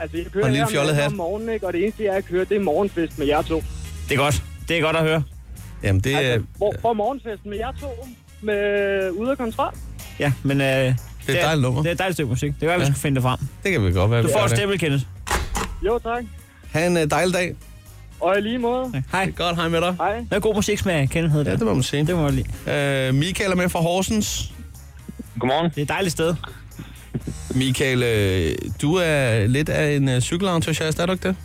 Speaker 10: Altså, jeg
Speaker 4: Og
Speaker 10: kører
Speaker 4: en lille
Speaker 10: her
Speaker 4: fjollet
Speaker 10: om
Speaker 4: hat.
Speaker 10: om morgenen, ikke? Og det eneste, jeg kører, det er morgenfest med jer to.
Speaker 5: Det er godt. Det er godt at høre.
Speaker 4: Jamen, det er...
Speaker 10: Altså, hvor, hvor morgenfest med jer to? Med øh, ude af kontrol?
Speaker 5: Ja, men... Øh, det,
Speaker 4: et dejligt nummer.
Speaker 5: Det er et dejligt stykke musik. Det gør, at vi
Speaker 4: Ja.
Speaker 5: skal finde det frem.
Speaker 4: Det kan vi godt være.
Speaker 5: Du
Speaker 4: vi
Speaker 5: får
Speaker 4: gør
Speaker 5: et
Speaker 4: det.
Speaker 5: stempel, Kenneth.
Speaker 10: Jo, tak.
Speaker 4: Ha' en øh, dejlig dag.
Speaker 10: Og i lige måde.
Speaker 5: Hej.
Speaker 4: Det er godt, hej med dig.
Speaker 10: Hej.
Speaker 5: Noget god musik med Kenneth hedder
Speaker 4: Ja, det må man sige.
Speaker 5: Det må jeg lide.
Speaker 4: Øh, Michael er med fra Horsens.
Speaker 9: Godmorgen.
Speaker 5: Det er et dejligt sted.
Speaker 4: Michael, øh, du er lidt af en øh, cykelentusiast, er du ikke det?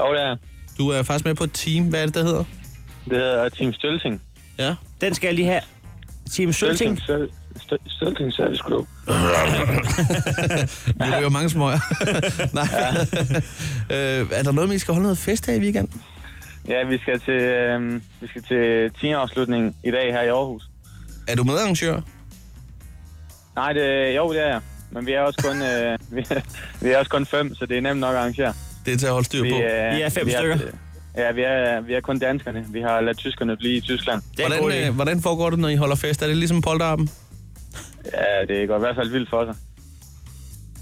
Speaker 9: Jo, det er.
Speaker 4: Du er faktisk med på et team. Hvad er det, der hedder?
Speaker 9: Det hedder Team Stølting.
Speaker 4: Ja.
Speaker 5: Den skal jeg lige have. Team Sølting.
Speaker 9: Stølting Service Group.
Speaker 4: Vi ryger mange smøger. Nej. øh, er der noget, med, I skal holde noget fest her i weekenden?
Speaker 9: Ja, vi skal til, øh, vi skal til 10. afslutning i dag her i Aarhus.
Speaker 4: Er du medarrangør?
Speaker 9: Nej, det, jo, det er jeg. Men vi er også kun, øh, vi, vi er også kun fem, så det er nemt nok at arrangere.
Speaker 4: Det er til at holde styr
Speaker 9: Vi,
Speaker 4: på.
Speaker 9: øh,
Speaker 5: Vi er fem
Speaker 9: vi
Speaker 5: stykker.
Speaker 9: ja, vi er, vi er kun danskerne. Vi har ladet tyskerne blive i Tyskland.
Speaker 5: Det er en god idé.
Speaker 4: Hvordan, øh, hvordan foregår det, når I holder fest? Er det ligesom polterappen?
Speaker 9: Ja, det går i hvert fald vildt for sig.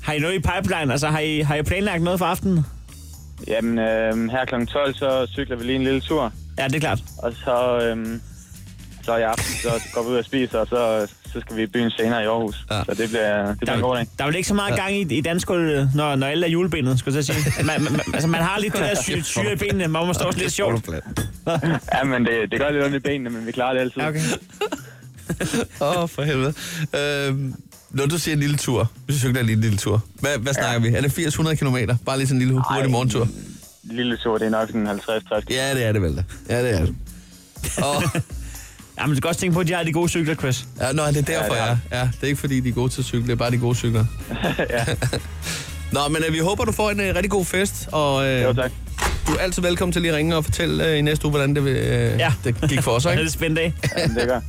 Speaker 5: Har I noget i pipeline? Altså, har I, har I planlagt noget for aftenen?
Speaker 9: Jamen, øh, her kl. 12, så cykler vi lige en lille tur.
Speaker 5: Ja, det er klart.
Speaker 9: Og så, øh, så i aften, så går vi ud og spiser, og så, så skal vi i byen senere i Aarhus.
Speaker 4: Ja.
Speaker 9: Ja. Så det bliver, det bliver en god
Speaker 5: Der,
Speaker 9: dag.
Speaker 5: der er vel ikke så meget gang i, i dansk når, når alle er julebenet, skulle jeg så sige. Man, man, altså, man har lidt det der syre, syre i benene, man må stå også lidt sjovt.
Speaker 9: Ja, men det, det gør lidt ondt i benene, men vi klarer det altid.
Speaker 5: Ja, Okay.
Speaker 4: Åh, oh, for helvede. Øh, når du siger en lille tur, vi cykler en lille, lille tur. Hvad, hvad snakker ja. vi? Er det 800 km? Bare lige sådan en lille hurtig
Speaker 9: Ej.
Speaker 4: morgentur?
Speaker 9: Lille tur, det er nok sådan 50-60
Speaker 4: Ja, det er det vel da. Ja, det er det. Og,
Speaker 5: Ja, men du skal også tænke på, at de har de gode cykler, Chris.
Speaker 4: ja, nå, det er derfor,
Speaker 9: det
Speaker 4: ja,
Speaker 9: er
Speaker 4: ja. ja. Det er ikke fordi, de er gode til at cykle, det er bare de gode cykler.
Speaker 9: Ja.
Speaker 4: Nå, men øh, vi håber, du får en øh, rigtig god fest, og øh,
Speaker 9: Jo, tak.
Speaker 4: du er altid velkommen til lige at ringe og fortælle øh, i næste uge, hvordan det, vil, øh,
Speaker 5: Ja.
Speaker 4: ja. det gik for os,
Speaker 5: Det er
Speaker 4: ikke?
Speaker 5: lidt spændende af.
Speaker 9: Ja, men det gør.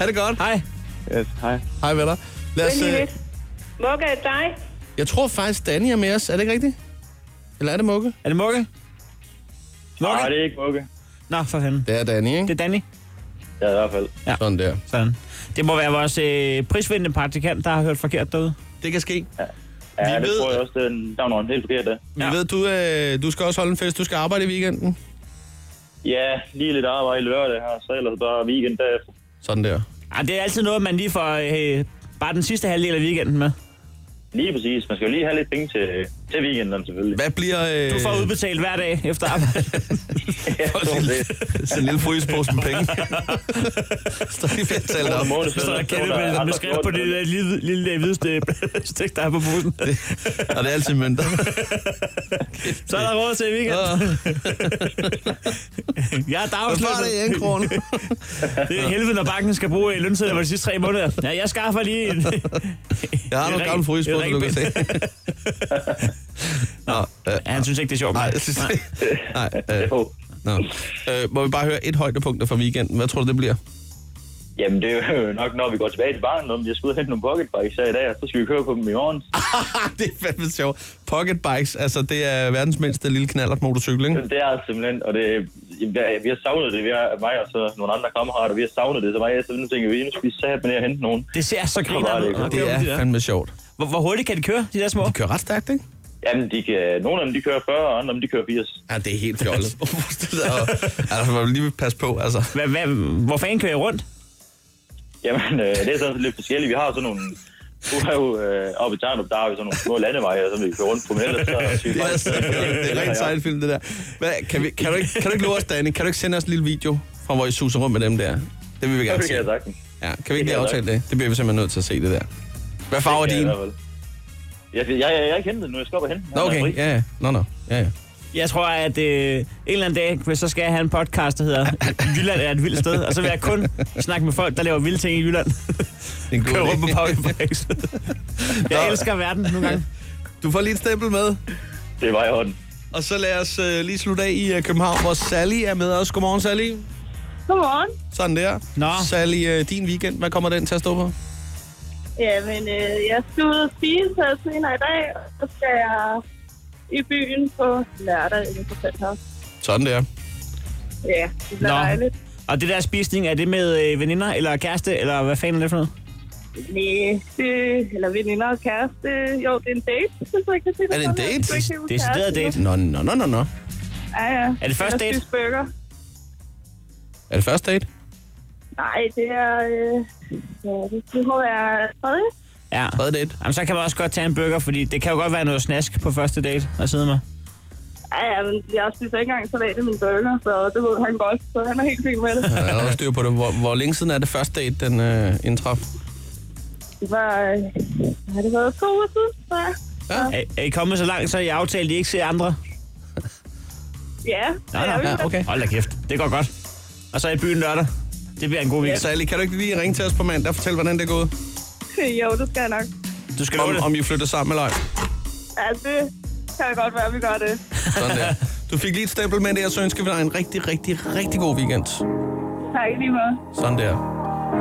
Speaker 4: Ha' det godt.
Speaker 5: Hej.
Speaker 9: Yes, hej.
Speaker 4: Hej med dig. Lad os, øh,
Speaker 8: Mokka er dig.
Speaker 4: jeg tror faktisk, Danny er med os. Er det ikke rigtigt? Eller er det Mugge?
Speaker 5: Er det Mugge?
Speaker 9: Nej,
Speaker 5: Mugge?
Speaker 9: det er ikke okay.
Speaker 5: Nå, for fanden.
Speaker 4: Det er Danny, ikke?
Speaker 5: Det er Danny.
Speaker 9: Ja, i hvert fald.
Speaker 4: Sådan der.
Speaker 5: Sådan. Det må være vores øh, prisvindende praktikant, der har hørt forkert derude.
Speaker 4: Det kan ske.
Speaker 9: Ja,
Speaker 4: Vi
Speaker 9: det
Speaker 4: ved-
Speaker 9: tror jeg også, den, der var noget helt forkert der.
Speaker 4: Vi
Speaker 5: Ja.
Speaker 4: ved, du, øh, du skal også holde en fest. Du skal arbejde i weekenden.
Speaker 9: Ja, lige lidt arbejde lørdag her, så ellers bare weekend derefter.
Speaker 4: Sådan der.
Speaker 5: Ej, det er altid noget, man lige får øh, bare den sidste halvdel af weekenden med.
Speaker 9: Lige præcis. Man skal jo lige have lidt penge til, til weekenden selvfølgelig.
Speaker 4: Hvad bliver... Øh,
Speaker 5: Du får udbetalt hver dag efter arbejde.
Speaker 9: Ja,
Speaker 4: sådan, en lille, sådan en lille frysepose med penge. Så lige fint talt op.
Speaker 5: Så står der kende med, med skrift på det der lille, lille hvide stik- stik, der er på bussen.
Speaker 4: Og det er altid mønter.
Speaker 5: Så er der råd til i weekend. Jeg er
Speaker 4: Hvad var det i en
Speaker 5: dagsløs.
Speaker 4: krone?
Speaker 5: Det er helvede, når banken skal bruge en lønseddel for de sidste tre måneder. Ja, jeg skaffer lige en...
Speaker 4: Jeg har
Speaker 5: en
Speaker 4: nogle
Speaker 5: ren-
Speaker 4: gamle frysepose,
Speaker 5: en
Speaker 4: du kan se.
Speaker 5: ren-
Speaker 4: Nå, øh,
Speaker 5: Ja, han synes ikke, det er sjovt.
Speaker 4: nej,
Speaker 5: Nej.
Speaker 4: jeg synes det. Nej, øh, nå. Øh, må vi bare høre et højdepunkt fra weekenden. Hvad tror du, det bliver?
Speaker 11: Jamen, det er jo nok, når vi går tilbage til baren, om jeg skal ud og hente nogle pocketbikes her i dag, og så skal vi køre på dem i morgen.
Speaker 4: Ah, det er fandme sjovt. Pocket bikes, altså det er verdens mindste lille knallert motorcykel, ikke?
Speaker 11: Det er det simpelthen, og det, ja, vi har savnet det, vi har, mig og så nogle andre kammerater, vi har savnet det så meget, så nu tænker vi, nu skal vi sætte med at hente nogen.
Speaker 5: Det ser så griner
Speaker 11: var det,
Speaker 5: ud.
Speaker 11: godt.
Speaker 4: Det er fandme sjovt.
Speaker 5: Hvor, hvor hurtigt kan de køre, de der små? De
Speaker 4: kører ret stærkt, ikke?
Speaker 11: Jamen, de kan, nogle af dem de kører 40, og andre af dem de kører 80.
Speaker 4: Ja, det er helt fjollet. altså, man vil lige passe på, altså.
Speaker 5: Hvad, hvad, hvor fanden kører I rundt?
Speaker 11: Jamen, øh, det er sådan lidt forskelligt. Vi har sådan nogle... Nu er jo øh, oppe i Tarnup, der har vi sådan nogle små landeveje, som vi kan køre rundt på, men ellers så...
Speaker 4: Det er, så, det er rent sejlfilm, det der. Hvad, kan, vi, kan, du ikke, kan du ikke love os, Danny? Kan du ikke sende os en lille video fra, hvor I suser rundt med dem der? Det vil vi gerne
Speaker 11: Det kan
Speaker 4: se.
Speaker 11: jeg sagtens.
Speaker 4: Ja, kan vi ikke
Speaker 11: Det
Speaker 4: lige
Speaker 11: kan jeg
Speaker 4: aftale det? Det bliver vi simpelthen nødt til at se, det der. Hvad farve er
Speaker 11: Det kan jeg
Speaker 4: din?
Speaker 11: i hvert fald. Jeg, jeg, jeg, jeg er ikke hentet den nu, jeg skal op og hente den.
Speaker 4: Nå,
Speaker 11: Han er fri.
Speaker 4: okay. Ja, ja. Nå, nå. Ja, ja.
Speaker 5: Jeg tror, at øh, en eller anden dag, hvis så skal jeg have en podcast, der hedder Jylland er et vildt sted, og så vil jeg kun snakke med folk, der laver vilde ting i Jylland.
Speaker 4: en god
Speaker 5: Kører
Speaker 4: idé.
Speaker 5: rundt på powerbanks. jeg
Speaker 4: Nå.
Speaker 5: elsker verden nogle gange.
Speaker 4: Du får lige et stempel med.
Speaker 11: Det var i orden.
Speaker 4: Og så lad os øh, lige slutte af i øh, København, hvor Sally er med os. Godmorgen, Sally.
Speaker 8: Godmorgen.
Speaker 4: Sådan der.
Speaker 5: Nå.
Speaker 4: Sally, øh, din weekend, hvad kommer den til at stå på?
Speaker 8: Jamen, øh, jeg skal ud og spise her senere i dag, og så skal jeg i byen på lørdag i her.
Speaker 4: Sådan der.
Speaker 8: Ja, det
Speaker 5: Nå.
Speaker 8: bliver dejligt.
Speaker 5: Og det der spisning, er det med øh, veninder eller kæreste, eller hvad fanden er det for noget?
Speaker 8: Næh, det, eller veninder og kæreste. Jo, det er en date, hvis jeg kan sige det.
Speaker 4: Er det en
Speaker 8: sådan.
Speaker 4: date?
Speaker 8: Du kan ikke sige,
Speaker 5: Det er decideret
Speaker 8: kæreste.
Speaker 5: date.
Speaker 4: Nå, nå, nå, nå, nå.
Speaker 8: Ja, ja.
Speaker 5: Er det første
Speaker 8: Eller
Speaker 5: date?
Speaker 8: spise burger.
Speaker 4: Er det første date?
Speaker 8: Nej, det er... Øh, ja, det, det må være tredje.
Speaker 5: Ja.
Speaker 4: Tredje date.
Speaker 5: Jamen, så kan man også godt tage en burger, fordi det kan jo godt være noget snask på første date at sidde med.
Speaker 8: Ja, ja, men jeg spiser ikke engang salat i min burger, så det ved han godt, så han er helt fint med det.
Speaker 4: Ja, der er også styr på det. Hvor, hvor længe siden er det første date, den øh, indtraf?
Speaker 8: Det var... øh, Har det været to uger siden? Ja.
Speaker 5: Er, er I kommet så langt, så I aftalt, at I ikke ser andre?
Speaker 8: Ja,
Speaker 5: Nej, nej,
Speaker 4: ja, okay.
Speaker 5: Hold da kæft, det går godt. Og så er I i byen lørdag. Det bliver en god weekend.
Speaker 4: Sally, kan du ikke lige ringe til os på mandag og fortælle, hvordan det er gået?
Speaker 8: Jo, det skal jeg nok.
Speaker 5: Du skal love
Speaker 4: Om,
Speaker 5: det.
Speaker 4: om I flytter sammen eller ej.
Speaker 8: Ja, det kan godt være, vi gør det.
Speaker 4: Sådan der. Du fik lige et stempel med det, og så ønsker vi dig en rigtig, rigtig, rigtig god weekend.
Speaker 8: Tak i lige meget.
Speaker 4: Sådan der.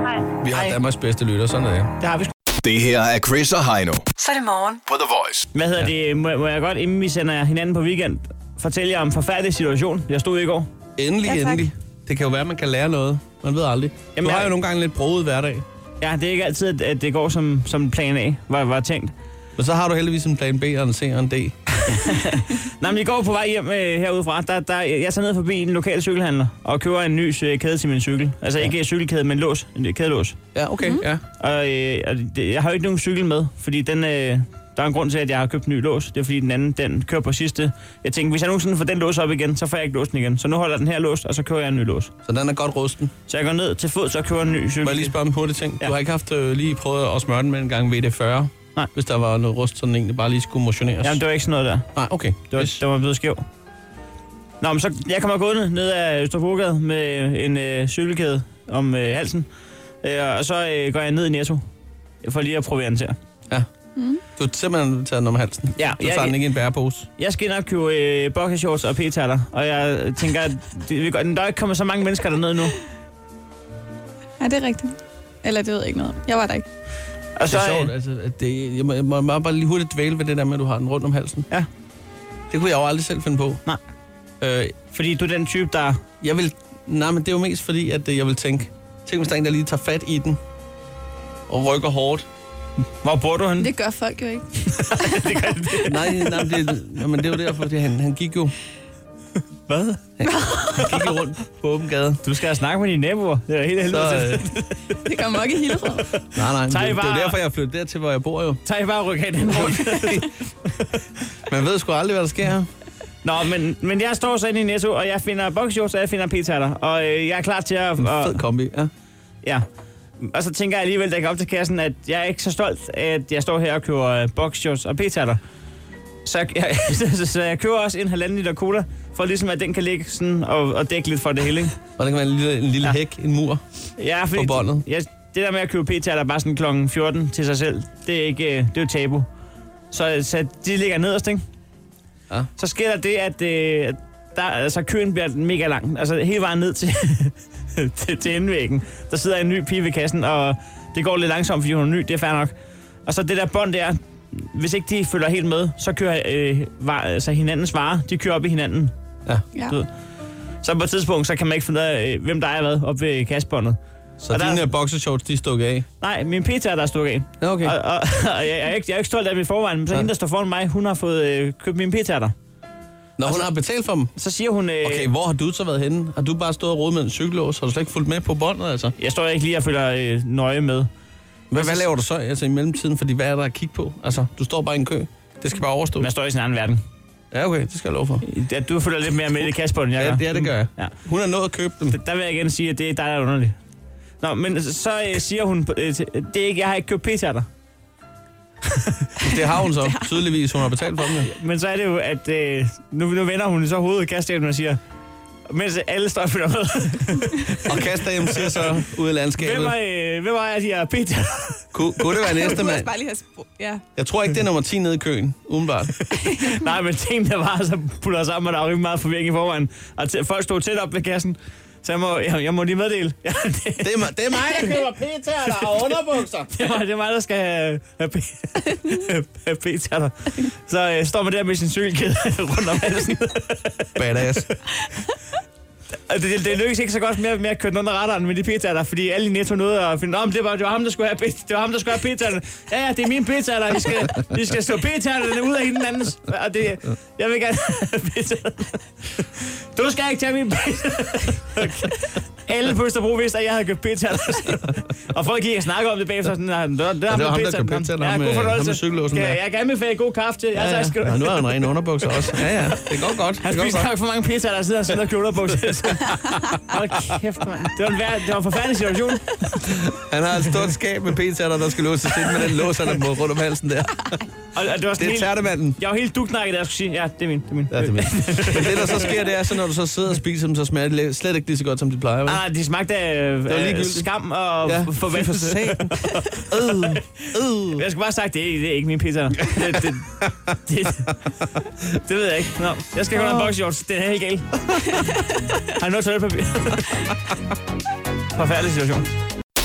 Speaker 8: Hej.
Speaker 4: Vi har Danmarks bedste lytter, sådan er det.
Speaker 5: Det har vi sgu.
Speaker 2: Det her er Chris og Heino
Speaker 3: Så er det morgen.
Speaker 2: på The Voice.
Speaker 5: Hvad hedder ja. det? Må, må jeg godt, inden vi sender jer hinanden på weekend, fortælle jer om en forfærdelig situation, jeg stod i i går?
Speaker 4: Endelig,
Speaker 6: Ja,
Speaker 4: ja,
Speaker 6: tak.
Speaker 4: endelig. Det kan jo være, at man kan lære noget. Man ved aldrig. Jamen,
Speaker 5: Jamen,
Speaker 4: du har
Speaker 5: jeg-
Speaker 4: jo nogle gange lidt broet hverdag.
Speaker 5: Ja, det er ikke altid, at- at det går som, som plan A, var, var tænkt.
Speaker 4: Men så har du heldigvis en plan B og en C og en D.
Speaker 5: Nej, men i går på vej hjem øh, herudefra, der, der, jeg tager ned forbi en lokal cykelhandler og køber en ny øh, kæde til min cykel. Altså ja. ikke øh, cykelkæde, men lås. En øh, kædelås.
Speaker 4: Ja, okay. Mm. Ja.
Speaker 5: Og, øh, og det, jeg har jo ikke nogen cykel med, fordi den, øh, der er en grund til, at jeg har købt en ny lås. Det er fordi den anden, den kører på sidste. Jeg tænkte, hvis jeg nogensinde får den lås op igen, så får jeg ikke låsen igen. Så nu holder den her lås, og så kører jeg en ny lås.
Speaker 4: Så den er godt rusten.
Speaker 5: Så jeg går ned til fod, så kører jeg en ny cykel.
Speaker 4: Må jeg lige spørge om en hurtig ting? Ja.
Speaker 5: Ja.
Speaker 4: Du har ikke haft øh, lige prøvet at smøre den med en gang VD40?
Speaker 5: Nej.
Speaker 4: Hvis der var noget rust, så den egentlig bare lige skulle motioneres?
Speaker 5: Jamen, det var ikke sådan noget der.
Speaker 4: Nej, okay.
Speaker 5: Det var,
Speaker 4: Yes.
Speaker 5: det var blevet skæv. Nå, men så, jeg kommer gående ned ad Østerbrogade med en øh, cykelkæde om øh, halsen. Øh, og så øh, går jeg ned i Netto for lige at prøve den til.
Speaker 4: Du har simpelthen taget den om halsen. Du
Speaker 5: Ja,
Speaker 4: tager den
Speaker 5: jeg,
Speaker 4: ikke i en bærepose.
Speaker 5: jeg skal ind og købe øh, boxershorts og p-taller, og jeg tænker, at det, vil godt- der er ikke kommet så mange mennesker derned nu.
Speaker 6: Ja, det er rigtigt. Eller det ved jeg ikke noget om. Jeg var der ikke.
Speaker 5: Og så,
Speaker 4: det er sjovt,
Speaker 5: øh,
Speaker 4: altså, at det, jeg, må, jeg må bare lige hurtigt dvæle ved det der med, at du har den rundt om halsen.
Speaker 5: Ja.
Speaker 4: Det kunne jeg jo aldrig selv finde på.
Speaker 5: Nej.
Speaker 4: Øh,
Speaker 5: fordi du er den type, der...
Speaker 4: jeg vil, nej, men det er jo mest fordi, at øh, jeg vil tænke, tænk hvis der er en, der lige tager fat i den, og rykker hårdt.
Speaker 5: Hvor bor du henne?
Speaker 6: Det gør folk jo ikke.
Speaker 4: nej, nej, men det, jamen, det er jo derfor, at han, han gik jo
Speaker 5: Hvad?
Speaker 4: han gik jo rundt på åben gade.
Speaker 5: Du skal have snakket med dine naboer. Det er helt helvede.
Speaker 4: Så,
Speaker 5: til.
Speaker 4: øh,
Speaker 6: Det gør mok i Hillerød.
Speaker 4: nej, nej, men
Speaker 5: Tag
Speaker 4: det,
Speaker 5: i
Speaker 4: det er
Speaker 5: bare-
Speaker 4: jo derfor, jeg er flyttet dertil, hvor jeg bor jo.
Speaker 5: Tag bare og ryk af den rundt.
Speaker 4: Man ved sgu aldrig, hvad der sker her.
Speaker 5: Nå, men, men jeg står så inde i Netto, og jeg finder boxshorts, og jeg finder p-taller. Og øh, jeg er klar til at... Og,
Speaker 4: Fed kombi, ja.
Speaker 5: ja. Og så tænker jeg alligevel, da jeg går op til kassen, at jeg er ikke så stolt, at jeg står her og køber øh, boxshorts og p-taller. Så jeg, jeg, så, så, så jeg køber også en halvanden liter cola, for ligesom at den kan ligge sådan og, og dække lidt for det hele. ikke?
Speaker 4: Og der kan være en lille, en lille
Speaker 5: Ja.
Speaker 4: hæk, en mur.
Speaker 5: Ja, fordi
Speaker 4: På båndet.
Speaker 5: Ja, det der med at købe p-taller bare sådan klokken 14 til sig selv, det er ikke, øh, det er jo tabu. Så, så de ligger nederst, ikke?
Speaker 4: Ja.
Speaker 5: Så sker der det, at øh, der, altså, køen bliver mega lang. Altså hele vejen ned til, til, til indvæggen. Der sidder en ny pige ved kassen, og det går lidt langsomt, fordi hun er ny. Det er fair nok. Og så det der bånd der, hvis ikke de følger helt med, så kører øh, var, altså hinandens varer, de kører op i hinanden.
Speaker 4: Ja.
Speaker 6: ja.
Speaker 5: Så på et tidspunkt, så kan man ikke finde ud af, øh, hvem der er hvad op ved kassebåndet.
Speaker 4: Så og dine der... boxershorts, de er stukket af?
Speaker 5: Nej, min pizza er der er stukket af.
Speaker 4: Ja, okay.
Speaker 5: Og, og, og jeg, jeg, er ikke, jeg er ikke stolt af min forvejen, men så hende, der står foran mig, hun har fået øh, købt mine pizzaer der.
Speaker 4: Når hun har betalt for dem?
Speaker 5: Så siger hun... Øh,
Speaker 4: Okay, hvor har du så været henne? Har du bare stået og rodet med en cykellås? Har du slet ikke fulgt med på båndet, altså?
Speaker 5: Jeg står ikke lige og følger øh, nøje med.
Speaker 4: Hvad, hvad laver du så altså, i mellemtiden? Fordi hvad er der at kigge på? Altså, du står bare i en kø. Det skal bare overstå.
Speaker 5: Man står i sin anden verden.
Speaker 4: Ja, okay, det skal jeg love for.
Speaker 5: Ja, du følger lidt mere med i kassebånden, jeg
Speaker 4: Ja,
Speaker 5: gør.
Speaker 4: ja, det gør jeg.
Speaker 5: Ja.
Speaker 4: Hun har nået at købe dem.
Speaker 5: Der- Der vil jeg igen sige, at det er dig, der er underligt. Nå, men så øh, siger hun, øh, til- det er ikke, jeg har ikke købt pizzaer der.
Speaker 4: Det har hun så, tydeligvis. Hun har betalt for dem. ja.
Speaker 5: Men så er det jo, at øh, nu, nu vender hun så hovedet i kassehjælpen og siger, mens alle står og følger med,
Speaker 4: Og Kastadem siger så ud i
Speaker 5: hvem
Speaker 4: landskabet.
Speaker 5: er, øh, hvem er de her pizzaer?
Speaker 4: Kunne, kunne det være næste
Speaker 6: Jeg
Speaker 4: mand?
Speaker 6: bare lige have spurgt. Ja.
Speaker 4: Jeg tror ikke, det er nummer 10 nede i køen, udenbart.
Speaker 5: Nej, men tingene var så puller sammen, og der var rimelig meget forvirring i forvejen. Og t- folk stod tæt op ved kassen, så jeg må, jeg, jeg må lige meddele. Ja, det,
Speaker 4: Det er, mig- det er mig, der køber pizzaer, der har underbukser.
Speaker 5: det, var, det er mig, der skal have, have, have, have pizzaer der. Så øh, står man der med sin cykelkæde rundt om halsen.
Speaker 4: Badass.
Speaker 5: Og Altså, det, det lykkedes ikke så godt med, med at køre den under radaren med de pizzaer der, fordi alle i Netto nåede at finde, om det var, det var ham, der skulle have, pizza, det var ham, der skulle have pizzaerne. Ja, ja, det er min pizza, der vi skal, vi skal stå pizzaerne ud af hinanden. Og det, jeg vil gerne have pizza. Du skal ikke tage min pizza. Okay. Alle på Østerbro vidste, at jeg havde købt pizza. Og folk gik og snakkede om det bagefter. Sådan, "Nej, det var, det var,
Speaker 4: var
Speaker 5: ham,
Speaker 4: ham,
Speaker 5: med
Speaker 4: der
Speaker 5: pizzaen."
Speaker 4: købte pizzaen,
Speaker 5: Ja,
Speaker 4: ham med-
Speaker 5: god
Speaker 4: ham med
Speaker 5: fornøjelse.
Speaker 4: cykellåsen
Speaker 5: Kan-
Speaker 4: der.
Speaker 5: Jeg gerne vil have god kaffe til. Ja,
Speaker 4: Ja,
Speaker 5: tak skal du
Speaker 4: ja. Nå, nu har han rene underbukser også. Ja, ja. Det går godt.
Speaker 5: han
Speaker 4: det går
Speaker 5: spiser
Speaker 4: godt.
Speaker 5: nok for mange pizzaer, der sidder og sælger kjolerbukser. Hold kæft, mand. Det var en, vær- det var en forfærdelig situation.
Speaker 4: Han har et stort skab med pizzaer, der skal låses ind med den lås, han har på rundt om halsen der.
Speaker 5: Og, og det var sådan
Speaker 4: Det er
Speaker 5: helt,
Speaker 4: tærtemanden.
Speaker 5: jeg var helt duknakket, da jeg skulle sige, ja, det er min, det er min.
Speaker 4: Ja, det er vildt. Men det, der så sker, det er, så når du så sidder og spiser dem, så smager det le- slet ikke lige så godt, som de plejer. Vel?
Speaker 5: Ah, de smagte af,
Speaker 4: var
Speaker 5: af
Speaker 4: ligegyldigt.
Speaker 5: skam og ja. forventelse.
Speaker 4: Øh, øh.
Speaker 5: Jeg skulle bare have sagt, det er, det er ikke min pizza. Det, det, det, det, det ved jeg ikke. Nå, jeg skal kun have en boxshorts. Det er helt galt. Har du noget toiletpapir? Forfærdelig situation.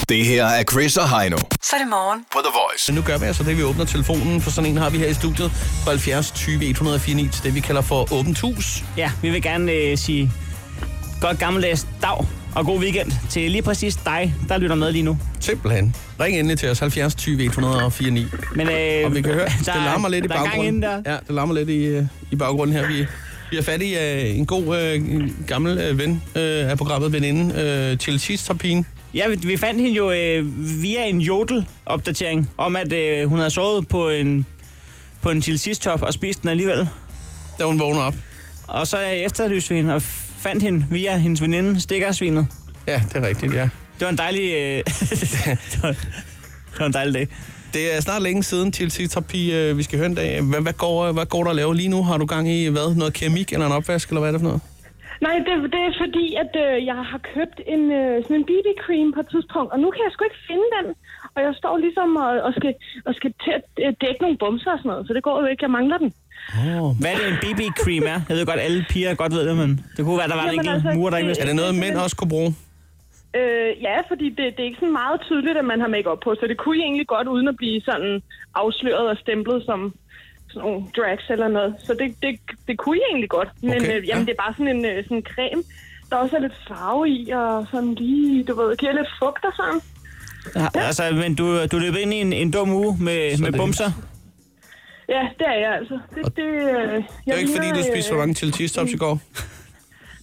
Speaker 2: Det her er Chris og Heino
Speaker 3: Så er det morgen.
Speaker 2: på The Voice.
Speaker 4: Men nu gør vi altså det, vi åbner telefonen, for sådan en har vi her i studiet på 70 20 149 til det, vi kalder for åbent hus.
Speaker 5: Ja, vi vil gerne øh, sige godt gammeldags dag og god weekend til lige præcis dig, der lytter med lige nu.
Speaker 4: Simpelthen. Ring endelig til os, 70 20 149.
Speaker 5: Men øh,
Speaker 4: Og vi kan høre, det
Speaker 5: der er-
Speaker 4: larmer lidt i
Speaker 5: der er gang
Speaker 4: baggrunden.
Speaker 5: inde der.
Speaker 4: Ja, det larmer lidt i, øh, i baggrunden her. Vi, vi har fat i øh, en god øh, en gammel øh, ven øh, af programmet, veninde, øh, Chelsea Tapin.
Speaker 5: Ja, vi, vi fandt hende jo øh, via en jodel-opdatering om, at øh, hun havde sovet på en, på en til sidst top og spist den alligevel.
Speaker 4: Da hun vågner op.
Speaker 5: Og så øh, efterlyste vi hende og fandt hende via hendes veninde, stikkersvinet.
Speaker 4: Ja, det er rigtigt, ja.
Speaker 5: Det var en dejlig... Øh, det, var, det var en dejlig dag.
Speaker 4: Det er snart længe siden til Terapi, øh, vi skal høre en dag. Hvad, hvad, går, hvad går der at lave lige nu? Har du gang i hvad? Noget keramik eller en opvask, eller hvad er det for noget?
Speaker 8: Nej, det, det er fordi, at øh, jeg har købt en, øh, sådan en BB-cream på et tidspunkt, og nu kan jeg sgu ikke finde den. Og jeg står ligesom og, og, skal, og skal til at øh, dække nogle bumser og sådan noget, så det går jo ikke. Jeg mangler den.
Speaker 4: Oh.
Speaker 5: Hvad er det, en BB-cream er? Jeg ved godt, alle piger godt ved det, men det kunne være, der var en
Speaker 8: Jamen
Speaker 5: enkelt
Speaker 8: altså,
Speaker 5: mur, der ikke
Speaker 8: det-
Speaker 5: vidste.
Speaker 4: Er det noget, mænd også kunne bruge?
Speaker 8: Øh, ja, fordi det, det er ikke sådan meget tydeligt, at man har makeup på, så det kunne I egentlig godt, uden at blive sådan afsløret og stemplet som sådan nogle drags eller noget. Så det, det, det kunne I egentlig godt. Men
Speaker 4: Okay,
Speaker 8: okay, øh, jamen,
Speaker 4: ja.
Speaker 8: ja. det er bare sådan en øh, sådan en creme, der også er lidt farve i, og sådan lige, du ved, giver lidt fugt og sådan.
Speaker 5: Ja, Altså, men du, du løb ind i en, en dum uge med, med
Speaker 4: det-
Speaker 5: bumser.
Speaker 8: Ja, det er jeg altså. Det, det, øh, jeg
Speaker 4: Det er jo ikke, fordi du
Speaker 8: ligner, øh,
Speaker 4: spiste for mange til tops i går.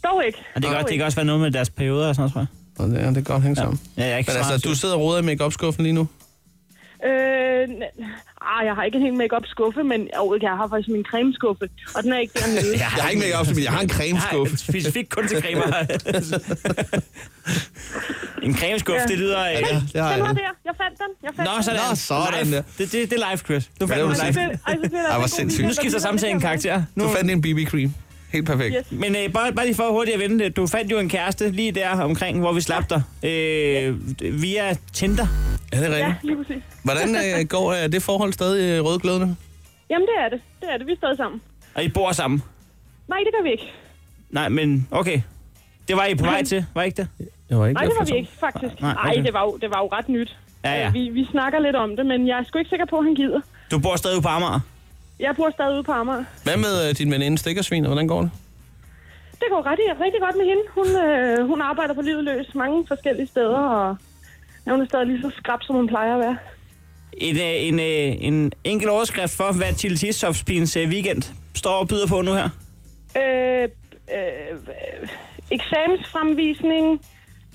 Speaker 8: Dog ikke.
Speaker 5: Og det
Speaker 8: Dog
Speaker 5: kan, godt, det
Speaker 8: ikke.
Speaker 5: kan også være noget med deres perioder og sådan noget, tror jeg.
Speaker 4: Og det, ja, det kan godt hænge
Speaker 5: Ja.
Speaker 4: sammen.
Speaker 5: Ja, jeg er ikke
Speaker 4: Men
Speaker 5: så meget
Speaker 4: altså, du
Speaker 5: til-
Speaker 4: sidder og roder i make skuffen lige nu.
Speaker 8: Øh, n- ah, jeg har ikke en hel make skuffe men oh, jeg har faktisk min cremeskuffe, og den er ikke dernede. ja.
Speaker 4: Jeg har ikke make men jeg har en cremeskuffe.
Speaker 5: Nej, specifikt kun til cremer. en cremeskuffe, ja. det lyder... øh, Ja.
Speaker 4: Ja, det har
Speaker 8: Den var
Speaker 4: jeg.
Speaker 8: der. Jeg fandt den. Jeg fandt
Speaker 5: Nå,
Speaker 8: den.
Speaker 5: sådan.
Speaker 4: Nå, sådan
Speaker 5: live.
Speaker 4: der.
Speaker 5: Det, det, det er live, Chris.
Speaker 4: Ja,
Speaker 5: Du
Speaker 4: det
Speaker 5: fandt
Speaker 4: må
Speaker 5: ja,
Speaker 4: man
Speaker 8: Ej,
Speaker 4: sige.
Speaker 5: live.
Speaker 8: hvor fedt. Ej, hvor fedt.
Speaker 4: Ej, hvor
Speaker 8: god
Speaker 4: sindssygt.
Speaker 8: video.
Speaker 5: Nu skifter samtalen karakter. Nu,
Speaker 4: Du fandt en BB-cream. Helt perfekt.
Speaker 8: Yes.
Speaker 5: men øh, bare, bare lige for hurtigt at vende det. Du fandt jo en kæreste lige der omkring, hvor vi slap dig. Øh, via Tinder.
Speaker 4: Er det
Speaker 8: Ja,
Speaker 4: rigtigt?
Speaker 8: lige præcis.
Speaker 4: Hvordan øh, går øh, det forhold stadig øh, rødglødende?
Speaker 8: Jamen, det er det. Det er det. Vi er stadig sammen.
Speaker 5: Og I bor sammen.
Speaker 8: Nej, det gør vi ikke.
Speaker 5: Nej, men okay. Det var I på vej til, var I ikke det?
Speaker 4: Jeg var
Speaker 8: Nej, det var vi ikke, faktisk.
Speaker 5: Nej,
Speaker 8: Nej,
Speaker 5: okay.
Speaker 8: okay. det, var jo, det var jo ret nyt.
Speaker 5: Ja, ja.
Speaker 8: Øh, Vi, vi snakker lidt om det, men jeg er sgu ikke sikker på, at han gider.
Speaker 5: Du bor stadig ude på Amager?
Speaker 8: Jeg bor stadig ude på Amager.
Speaker 4: Hvad med øh, din veninde Stikkersvin, og hvordan går det?
Speaker 8: Det går ret, rigtig godt med hende. Hun, øh, hun arbejder på livet løs mange forskellige steder, og ja, hun er stadig lige så skrab, som hun plejer at være.
Speaker 5: En, øh, en, øh, en enkel overskrift for, hvad Tilly Tissoftspins weekend står og byder på nu her.
Speaker 8: Øh, øh, øh, eksamensfremvisning,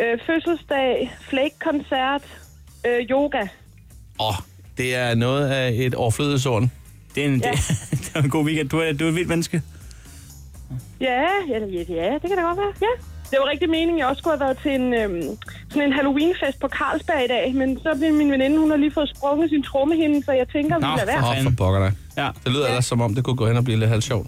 Speaker 8: øh, fødselsdag, flake-koncert, øh, yoga.
Speaker 4: Åh, oh, det er noget af et overflødighedsorden.
Speaker 5: Det er en, ja. det, det var en god weekend. Du er, du er et vildt menneske.
Speaker 8: Ja, ja, ja, ja, det kan da godt være. Ja. Det var rigtig meningen, jeg også skulle have været til en, øhm, sådan en Halloween-fest på Carlsberg i dag, men så blev min veninde, hun har lige fået sprunget sin trommehinde, så jeg tænker, vi lader
Speaker 4: for,
Speaker 8: være.
Speaker 4: for pokker dig.
Speaker 5: Ja.
Speaker 4: Det lyder ellers som om, det kunne gå hen og blive lidt halvt sjovt.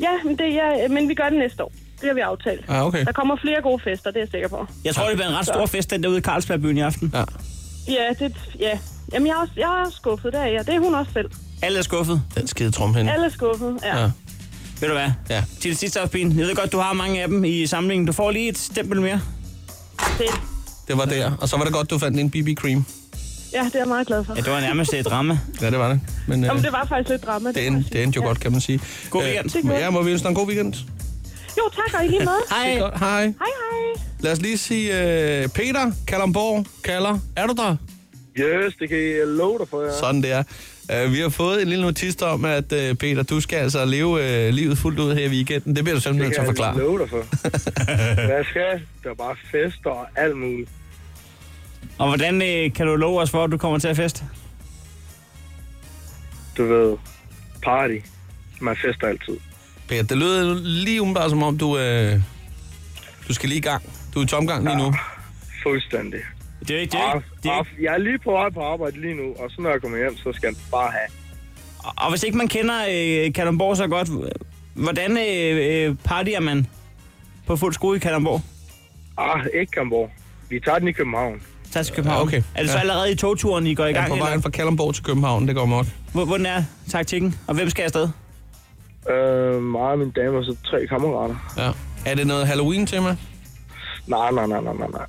Speaker 8: Ja, men, det, ja, men vi gør det næste år. Det har vi aftalt.
Speaker 4: Ah, okay.
Speaker 8: Der kommer flere gode fester, det er jeg sikker på.
Speaker 5: Jeg tror, det bliver en ret stor fest, den derude i Carlsbergbyen i aften.
Speaker 4: Ja.
Speaker 8: Ja, det, ja. Jamen, jeg er, også, jeg er skuffet, det er jeg. Det er hun også selv.
Speaker 5: Alle er skuffet.
Speaker 4: Den skide tromhænde.
Speaker 8: Alle er skuffet, ja. ja.
Speaker 5: Ved du hvad?
Speaker 4: Ja.
Speaker 5: Tilly Tissoftspin, jeg ved godt, du har mange af dem i samlingen. Du får lige et stempel mere.
Speaker 8: Det,
Speaker 4: Det var der. Og så var det godt, du fandt en BB Cream.
Speaker 8: ja, det er jeg meget glad for.
Speaker 5: Ja, det var nærmest et drama.
Speaker 4: Ja, det var det. Men øh,
Speaker 8: Jamen, det var faktisk lidt drama.
Speaker 4: det, endte, det endte jo godt, kan man sige.
Speaker 5: God weekend.
Speaker 4: Øh, ja, må vi ønske dig en god weekend?
Speaker 8: Jo, tak, og i lige måde.
Speaker 5: Hej.
Speaker 4: Det er godt. Hej.
Speaker 8: Hej, hej.
Speaker 4: Lad os lige sige, øh, Peter Kalamborg kalder. Er du der?
Speaker 10: Yes, det kan jeg love dig for, ja.
Speaker 4: Sådan det er. Øh, vi har fået en lille notist om, at øh, Peter, du skal altså leve øh, livet fuldt ud her i weekenden. Det bliver du simpelthen
Speaker 10: det
Speaker 4: nødt til
Speaker 10: kan
Speaker 4: at forklare.
Speaker 10: jeg love dig for. Hvad skal? Der er bare fester og alt muligt.
Speaker 5: Og hvordan øh, kan du love os for, at du kommer til at feste?
Speaker 10: Du ved, party. Man fester altid.
Speaker 4: Peter, det lyder lige umiddelbart som om, du, øh, du skal lige i gang. Du er i tomgang lige nu.
Speaker 10: Fuldstændig.
Speaker 5: Det er jo ikke det. Er
Speaker 10: Og,
Speaker 5: ikke, det er
Speaker 10: og,
Speaker 5: ikke.
Speaker 10: jeg er lige på vej på arbejde lige nu, og så når jeg kommer hjem, så skal jeg bare have.
Speaker 5: Og hvis ikke man kender øh, Kalundborg så godt, hvordan øh, øh, partyer man på fuld skrue i Kalundborg?
Speaker 10: Ah, ikke Kamborg. Vi tager den i København.
Speaker 5: Tag til København.
Speaker 4: Ja, okay.
Speaker 5: Er det så
Speaker 4: Ja.
Speaker 5: allerede i togturen, I går i
Speaker 4: Jeg er
Speaker 5: gang?
Speaker 4: på vejen
Speaker 5: eller?
Speaker 4: fra Kalamborg til København. Det går godt.
Speaker 5: Hvor- Hvordan er taktikken? Og hvem skal afsted?
Speaker 10: Øh, mig og min dame og så tre kammerater.
Speaker 4: Ja. Er det noget Halloween-tema?
Speaker 10: Nej, nej, nej, nej, nej, nej.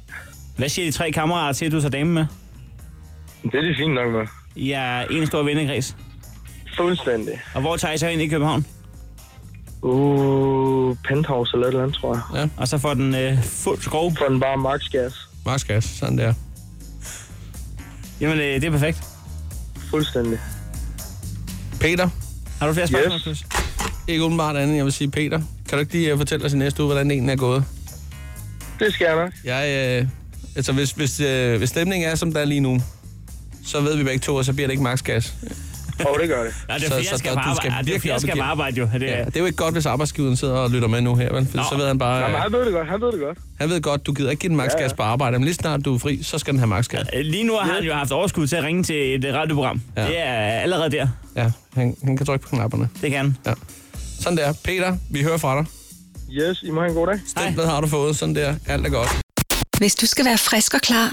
Speaker 5: Hvad siger de tre kammerater til, at du tager dame med?
Speaker 10: Det er det fint nok med.
Speaker 5: I er en stor vennekreds.
Speaker 10: Fuldstændig.
Speaker 5: Og hvor tager I så ind i København?
Speaker 10: Uh, penthouse eller et eller andet, tror jeg.
Speaker 5: Og så får den øh, fuld skrue.
Speaker 10: For den bare max gas.
Speaker 4: Max gas, sådan der.
Speaker 5: Jamen, øh, det er perfekt.
Speaker 10: Fuldstændig.
Speaker 4: Peter,
Speaker 5: Har du flere spørgsmål?
Speaker 10: Yes.
Speaker 5: Chris?
Speaker 4: ikke åbenbart andet, jeg vil sige Peter. Kan du ikke lige øh, fortælle os i næste uge, hvordan en er gået?
Speaker 10: Det skal jeg nok.
Speaker 4: Jeg, øh, altså, hvis, hvis, øh, hvis stemningen er, som der er lige nu, så ved vi begge to, og så bliver det ikke max gas.
Speaker 10: Og det gør det.
Speaker 5: Ja, det er
Speaker 4: Så-
Speaker 5: fordi, jeg
Speaker 4: så
Speaker 5: skal
Speaker 4: der-
Speaker 5: på
Speaker 4: du skal
Speaker 5: arbejde. Ja, det er fordi,
Speaker 4: virkelig
Speaker 5: jeg
Speaker 4: op
Speaker 5: skal på
Speaker 4: igen.
Speaker 5: arbejde, jo. Det
Speaker 4: Ja,
Speaker 5: er,
Speaker 4: det er jo ikke godt, hvis arbejdsgiveren sidder og lytter med nu her, vel? For
Speaker 5: Nå.
Speaker 4: så ved han bare,
Speaker 10: Jamen,
Speaker 4: øh,
Speaker 10: han ved det godt, han ved det godt.
Speaker 4: han ved godt, du gider ikke give den max
Speaker 10: Ja, ja.
Speaker 4: gas på arbejde, men lige snart du er fri, så skal den have max gas.
Speaker 5: Øh, Lige nu har han jo haft overskud til at ringe til et øh, radioprogram.
Speaker 4: Ja.
Speaker 5: Ja. Det er allerede der.
Speaker 4: Ja, han, han kan trykke på knapperne.
Speaker 5: Det kan han.
Speaker 4: Sådan der. Peter, vi hører fra dig.
Speaker 10: Yes, I må have en god dag.
Speaker 5: Hej.
Speaker 4: Hvad har du fået? Sådan der. Alt er godt.
Speaker 3: Hvis du skal være frisk og klar,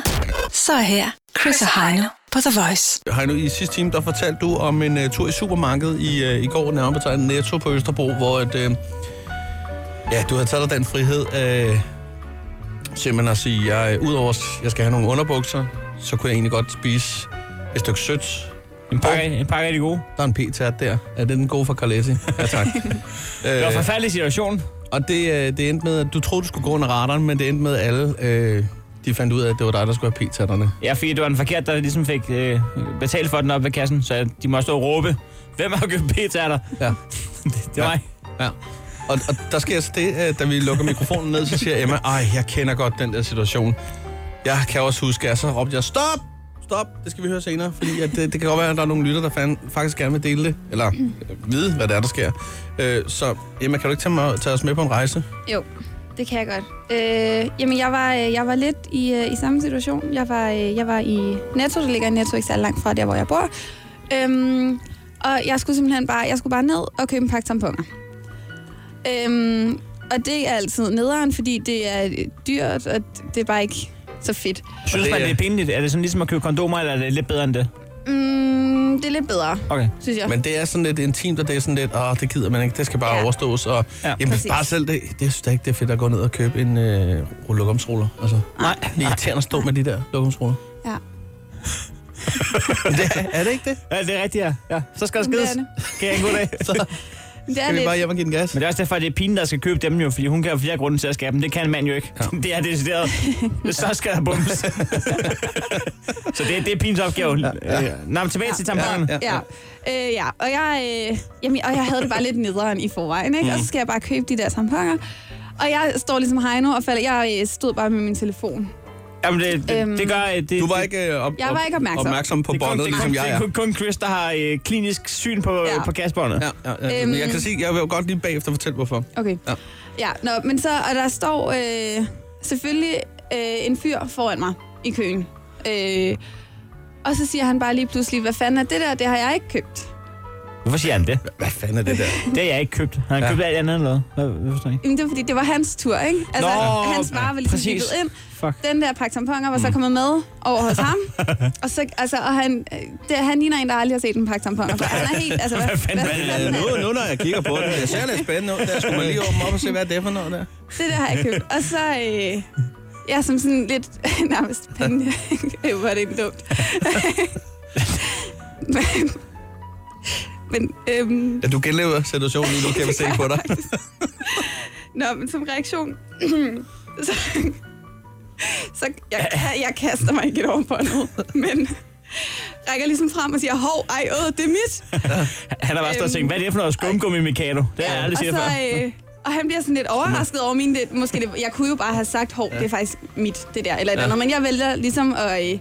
Speaker 3: så er her Chris og Heino på The Voice.
Speaker 4: Heino, i sidste time, der fortalte du om en uh, tur i supermarkedet i, uh, i går, nærmere betegnet Netto på Østerbro, hvor at, uh, ja, du havde taget dig den frihed af uh, simpelthen at sige, jeg, uh, udover at jeg skal have nogle underbukser, så kunne jeg egentlig godt spise et stykke sødt.
Speaker 5: En pakke, en pakke af de gode.
Speaker 4: Der er en p-tært der. Er det den gode fra Carletti? Ja, tak.
Speaker 5: Det var en
Speaker 4: øh,
Speaker 5: forfærdelig situation.
Speaker 4: og det, øh, det endte med, at du troede, du skulle gå under radaren, men det endte med, at alle øh, de fandt ud af, at det var dig, der skulle have p-tærterne.
Speaker 5: Ja, fordi det var den forkerte, der ligesom fik øh, betalt for den op ved kassen, så de måtte stå og råbe. Hvem har købt p-tærter?
Speaker 4: Ja.
Speaker 5: Det, det var mig.
Speaker 4: Ja. Og, og der sker altså det, at da vi lukker mikrofonen ned, så siger Emma, ej, jeg kender godt den der situation. Jeg kan også huske, at så råbte jeg, stop! Stop! Det skal vi høre senere, fordi at øh, det, det kan godt være, at der er nogle lytter, der fan, faktisk gerne vil dele det, eller øh, vide, hvad det er, der sker. Øh, så Emma, kan du ikke tage, mig, tage os med på en rejse?
Speaker 6: Jo, det kan jeg godt. Øh, jamen, jeg var, øh, jeg var lidt i, øh, i samme situation. Jeg var, øh, jeg var i Netto, der ligger en Netto ikke særlig langt fra der, hvor jeg bor. Øhm, og jeg skulle simpelthen bare, jeg skulle bare ned og købe en pakke tamponer. Øhm, og det er altid nederen, fordi det er øh, dyrt, og det er bare ikke så fedt.
Speaker 5: Synes
Speaker 4: det
Speaker 5: man,
Speaker 4: er-
Speaker 5: det er pinligt? Er det sådan ligesom at købe kondomer, eller er det lidt bedre end det?
Speaker 6: Mm, Mm, det er lidt bedre,
Speaker 4: Okay.
Speaker 6: synes jeg.
Speaker 4: Men det er sådan lidt intimt, og det er sådan lidt, åh, det gider man ikke, det skal bare ja. overstås. Og, ja, jamen,
Speaker 6: præcis.
Speaker 4: bare selv det, det synes jeg ikke, det er fedt at gå ned og købe en øh, lokumsruller. Altså, nej. Det er irriterende at stå med de der lokumsruller.
Speaker 6: Ja.
Speaker 4: det, er det ikke det?
Speaker 5: Ja, det er rigtigt, ja. ja. Så skal der
Speaker 6: Jamen, det
Speaker 5: skides.
Speaker 6: er
Speaker 5: Kan jeg en god dag?
Speaker 4: Så
Speaker 6: Det er lidt...
Speaker 4: og give den gas?
Speaker 5: Men det er også derfor, at det er pigen, der skal købe dem jo, fordi hun kan have flere grunde til at skabe dem. Det kan man jo ikke. Ja. Det er decideret. Så skal der bums. så det, det er pigens opgave. Ja, ja. Nå, men tilbage til tamponerne.
Speaker 6: Ja, ja. Øh, ja. Og, jeg, øh, jamen, og jeg havde det bare lidt nederen i forvejen, ikke? Og så skal jeg bare købe de der tamponer. Og jeg står ligesom Heino og falder. Jeg øh, stod bare med min telefon.
Speaker 5: Jamen, det, det,
Speaker 6: Øhm,
Speaker 5: det gør... øh, Det,
Speaker 4: Du var ikke, øh, op,
Speaker 6: Jeg var ikke opmærksom.
Speaker 4: opmærksom på
Speaker 5: det er kun-
Speaker 4: båndet,
Speaker 5: det er kun-
Speaker 4: ligesom jeg
Speaker 5: Det
Speaker 4: er.
Speaker 5: er kun- kun Chris, der har øh, klinisk syn på,
Speaker 6: Ja.
Speaker 5: ja. på gasbåndet.
Speaker 4: Ja, ja, ja.
Speaker 6: Øhm.
Speaker 4: Men jeg kan sige, jeg vil jo godt lige bagefter fortælle, hvorfor.
Speaker 6: Okay.
Speaker 4: Ja.
Speaker 6: Ja, nå, men så, og der står øh, selvfølgelig øh, en fyr foran mig i køen. Øh, og så siger han bare lige pludselig, hvad fanden er det der? Det har jeg ikke købt.
Speaker 5: Hvorfor siger han det?
Speaker 4: Hvad fanden er det der?
Speaker 5: Det har jeg ikke købt. Har han
Speaker 4: Ja.
Speaker 5: ja. købt alt andet eller hvad? Hvad- hvad? forstår jeg ikke?
Speaker 6: Jamen, det var fordi, det var hans tur, ikke? Altså,
Speaker 5: Nå,
Speaker 6: hans varer var ligesom
Speaker 5: præcis.
Speaker 6: kigget ind.
Speaker 5: Fuck.
Speaker 6: Den der pakke tamponer var så kommet med over hos ham. og så, altså, og han, øh, det, han ligner en, der aldrig har set en pakke tamponer. For han er helt, altså, hvad, hvad fanden er
Speaker 4: Men, øh, nu, nu, når jeg kigger på det, det ser lidt spændende ud. Der skulle man lige åbne op og se, hvad det er for noget der.
Speaker 6: Det der har jeg købt. Og så... Øh, jeg som sådan lidt nærmest pinde. Hvor er det dumt. men, men, øhm,
Speaker 4: Ja, du genlever situationen lige nu, kan jeg se på dig.
Speaker 6: nå, men som reaktion... så, så jeg, jeg kaster mig ikke et over på noget, men rækker ligesom frem og siger, hov, ej, øh, det er mit.
Speaker 5: Han har bare stået og tænkt, hvad er det for noget skumgummi, Mikado? Det har jeg aldrig
Speaker 6: og,
Speaker 5: set
Speaker 6: så,
Speaker 5: før.
Speaker 6: øh, og han bliver sådan lidt overrasket over min... Det, måske det, jeg kunne jo bare have sagt, hov, det er faktisk mit, det der, eller et
Speaker 4: Ja.
Speaker 6: ja. andet. Men jeg vælger ligesom at... Øh,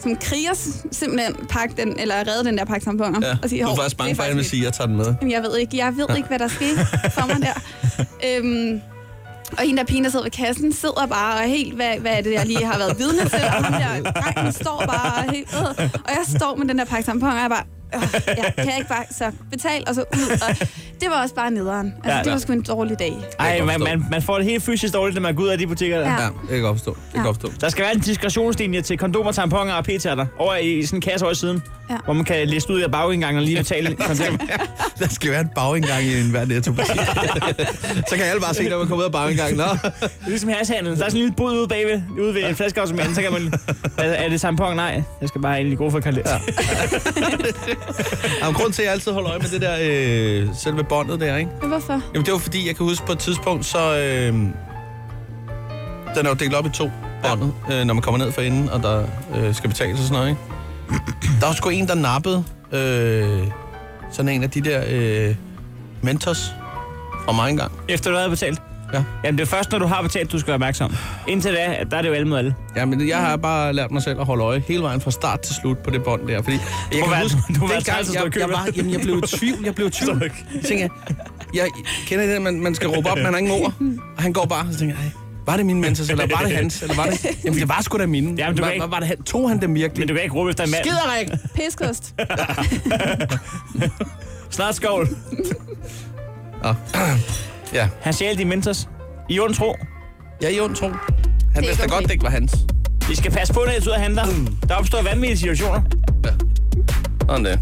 Speaker 6: som kriger simpelthen pakke den, eller redde den der pakke tamponer.
Speaker 4: Ja.
Speaker 6: og sige,
Speaker 4: Du er
Speaker 6: hov,
Speaker 4: faktisk bange
Speaker 6: det
Speaker 4: for, at han vil
Speaker 6: mit.
Speaker 4: sige, at jeg tager den med.
Speaker 6: Jamen, jeg ved ikke, jeg ved ikke, hvad der skete for mig der. Øhm, og hende der pigen, der sidder ved kassen, sidder bare og er helt, hvad, hvad er det, jeg lige har været vidne til? Og ham der drengen står bare og helt, øh, og jeg står med den der pakke tampon, og jeg er bare, øh, jeg kan ikke bare, så betal, og så ud. Og det var også bare nederen. Altså,
Speaker 5: Ja,
Speaker 6: det
Speaker 5: ja.
Speaker 6: var sgu en dårlig dag.
Speaker 5: Ej,
Speaker 4: kan jeg
Speaker 5: man, man, man får det helt fysisk dårligt, når man går ud af de butikker. Der.
Speaker 6: Ja.
Speaker 4: Ja, det kan jeg opstå. Det
Speaker 6: Ja.
Speaker 4: kan jeg opstå.
Speaker 5: Der skal være en diskretionslinje til kondomer, tamponer og p-tatter over i sådan en kasse over i siden,
Speaker 6: Ja.
Speaker 5: hvor man kan liste ud af bagindgangen og lige betale kontant.
Speaker 4: Der skal være en bagindgang i enhver netto Så kan alle bare se, når man kommer ud af bagindgangen. Nå,
Speaker 5: Det er ligesom hashhandel. Der er sådan en lille bod ude bagved, ude ved en flaskeautomaten, så kan man... Er, er det tampon? Nej, jeg skal bare egentlig god for kalender. Ja.
Speaker 4: der er en grund til, at jeg altid holder øje med det der øh, selve båndet der, ikke?
Speaker 6: Men hvorfor?
Speaker 4: Jamen, det var fordi, jeg kan huske på et tidspunkt, så... Øh, den er jo delt op i to båndet, øh, når man kommer ned for enden, og der øh, skal betales og sådan noget, ikke? Der var sgu en, der nappede øh, sådan en af de der øh, mentors og mig engang.
Speaker 5: Efter du havde betalt?
Speaker 4: Ja.
Speaker 5: Jamen, det er først, når du har betalt, du skal være opmærksom. Indtil da, der er det jo alle mod alle.
Speaker 4: Ja, men jeg har bare lært mig selv at holde øje hele vejen fra start til slut på det bånd der, fordi jeg
Speaker 5: være- du må være
Speaker 4: dengang,
Speaker 5: træls at stå og
Speaker 4: jeg, jeg,
Speaker 5: købe.
Speaker 4: var, jamen, jeg blev i tvivl, jeg blev i tvivl. Jeg tænker, jeg kender det, at man, man skal råbe op, man har ingen ord, og han går bare, og så tænker jeg, "Ej, var det min mentors, eller var det hans, eller var det... Jamen, det var sgu da mine.
Speaker 5: Jamen, du
Speaker 4: var,
Speaker 5: kan ikke-
Speaker 4: var, var det, han- tog han dem virkelig?
Speaker 5: Men du kan ikke råbe efter en mand.
Speaker 4: Skiderik!
Speaker 6: Piskeost.
Speaker 5: Snart skål.
Speaker 4: Ja,
Speaker 5: Han sjæl de mentors. I ond tro.
Speaker 4: jeg er i ond tro. Han
Speaker 6: er
Speaker 4: vidste
Speaker 6: ikke
Speaker 4: da godt,
Speaker 6: okay.
Speaker 4: det ikke var hans.
Speaker 5: I skal passe på, når I er ude og handler. Der opstår vanvittige situationer.
Speaker 4: Sådan det.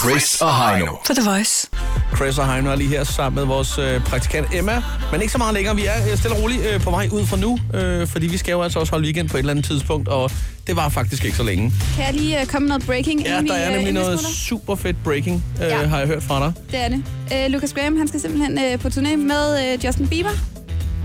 Speaker 2: Chris og Heino.
Speaker 3: På The Voice.
Speaker 4: Chris og Heino er lige her sammen med vores øh, praktikant Emma. Men ikke så meget længere. Vi er øh, stille og roligt øh, på vej ud fra nu, øh, fordi vi skal jo altså også holde weekend på et eller andet tidspunkt, og det var faktisk ikke så længe.
Speaker 6: Kan jeg lige øh, komme med noget breaking?
Speaker 4: Ja,
Speaker 6: inden vi,
Speaker 4: der er
Speaker 6: øh,
Speaker 4: nemlig
Speaker 6: inden vi
Speaker 4: noget
Speaker 6: smutter?
Speaker 4: super fedt breaking, øh,
Speaker 6: Ja.
Speaker 4: har jeg hørt fra dig.
Speaker 6: Det er det. Øh, Lucas Graham, han skal simpelthen øh, på turné med øh, Justin Bieber.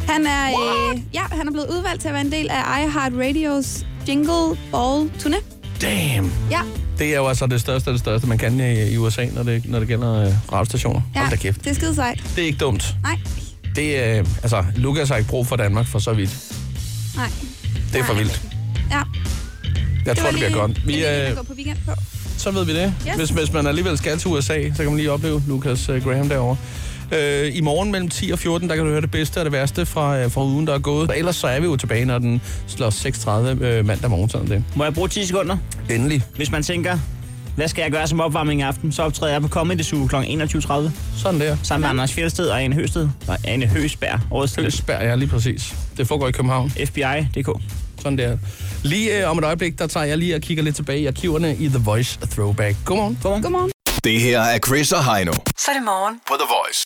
Speaker 6: Han er, øh, ja, han er blevet udvalgt til at være en del af iHeartRadios Jingle Ball turné.
Speaker 4: Damn!
Speaker 6: Ja,
Speaker 4: Det er jo altså det største af det største, man kan øh, i, i USA, når det, når det gælder øh, radiostationer.
Speaker 6: ja
Speaker 4: Hold da kæft.
Speaker 6: det er skide sejt.
Speaker 4: Det er ikke dumt.
Speaker 6: Nej,
Speaker 4: Det, øh, altså, Lukas har ikke brug for Danmark for så vidt.
Speaker 6: nej.
Speaker 4: Det er for
Speaker 6: Nej.
Speaker 4: vildt.
Speaker 6: Ja,
Speaker 4: Jeg tror, det bliver godt.
Speaker 6: Vi,
Speaker 4: Vi,
Speaker 6: øh...
Speaker 4: øh,
Speaker 6: gå på weekend på.
Speaker 4: så ved vi det.
Speaker 6: Yes.
Speaker 4: Hvis, hvis man alligevel skal til USA, så kan man lige opleve Lucas øh, Graham derovre. Øh, I morgen mellem 10 og 14, der kan du høre det bedste og det værste fra, øh, fra ugen, der er gået. Og ellers så er vi jo tilbage, når den slår 6.30 øh, mandag morgen. Sådan det.
Speaker 5: Må jeg bruge 10 sekunder?
Speaker 4: Endelig.
Speaker 5: Hvis man tænker, hvad skal jeg gøre som opvarmning i aften, så optræder jeg på Comedy Zoo kl. 21.30
Speaker 4: Sådan der.
Speaker 5: sammen med Anders Fjeldsted og Anne Høsted og Anne Høsberg, årets
Speaker 4: Høsberg, ja, lige præcis. Det foregår i København.
Speaker 5: FBI.dk.
Speaker 4: Sådan der. Lige øh, om et øjeblik, der tager jeg lige og kigger lidt tilbage i arkiverne i The Voice Throwback. Godmorgen. Godmorgen.
Speaker 3: Det her er Chris og Heino
Speaker 12: Så er det morgen.
Speaker 3: på The Voice.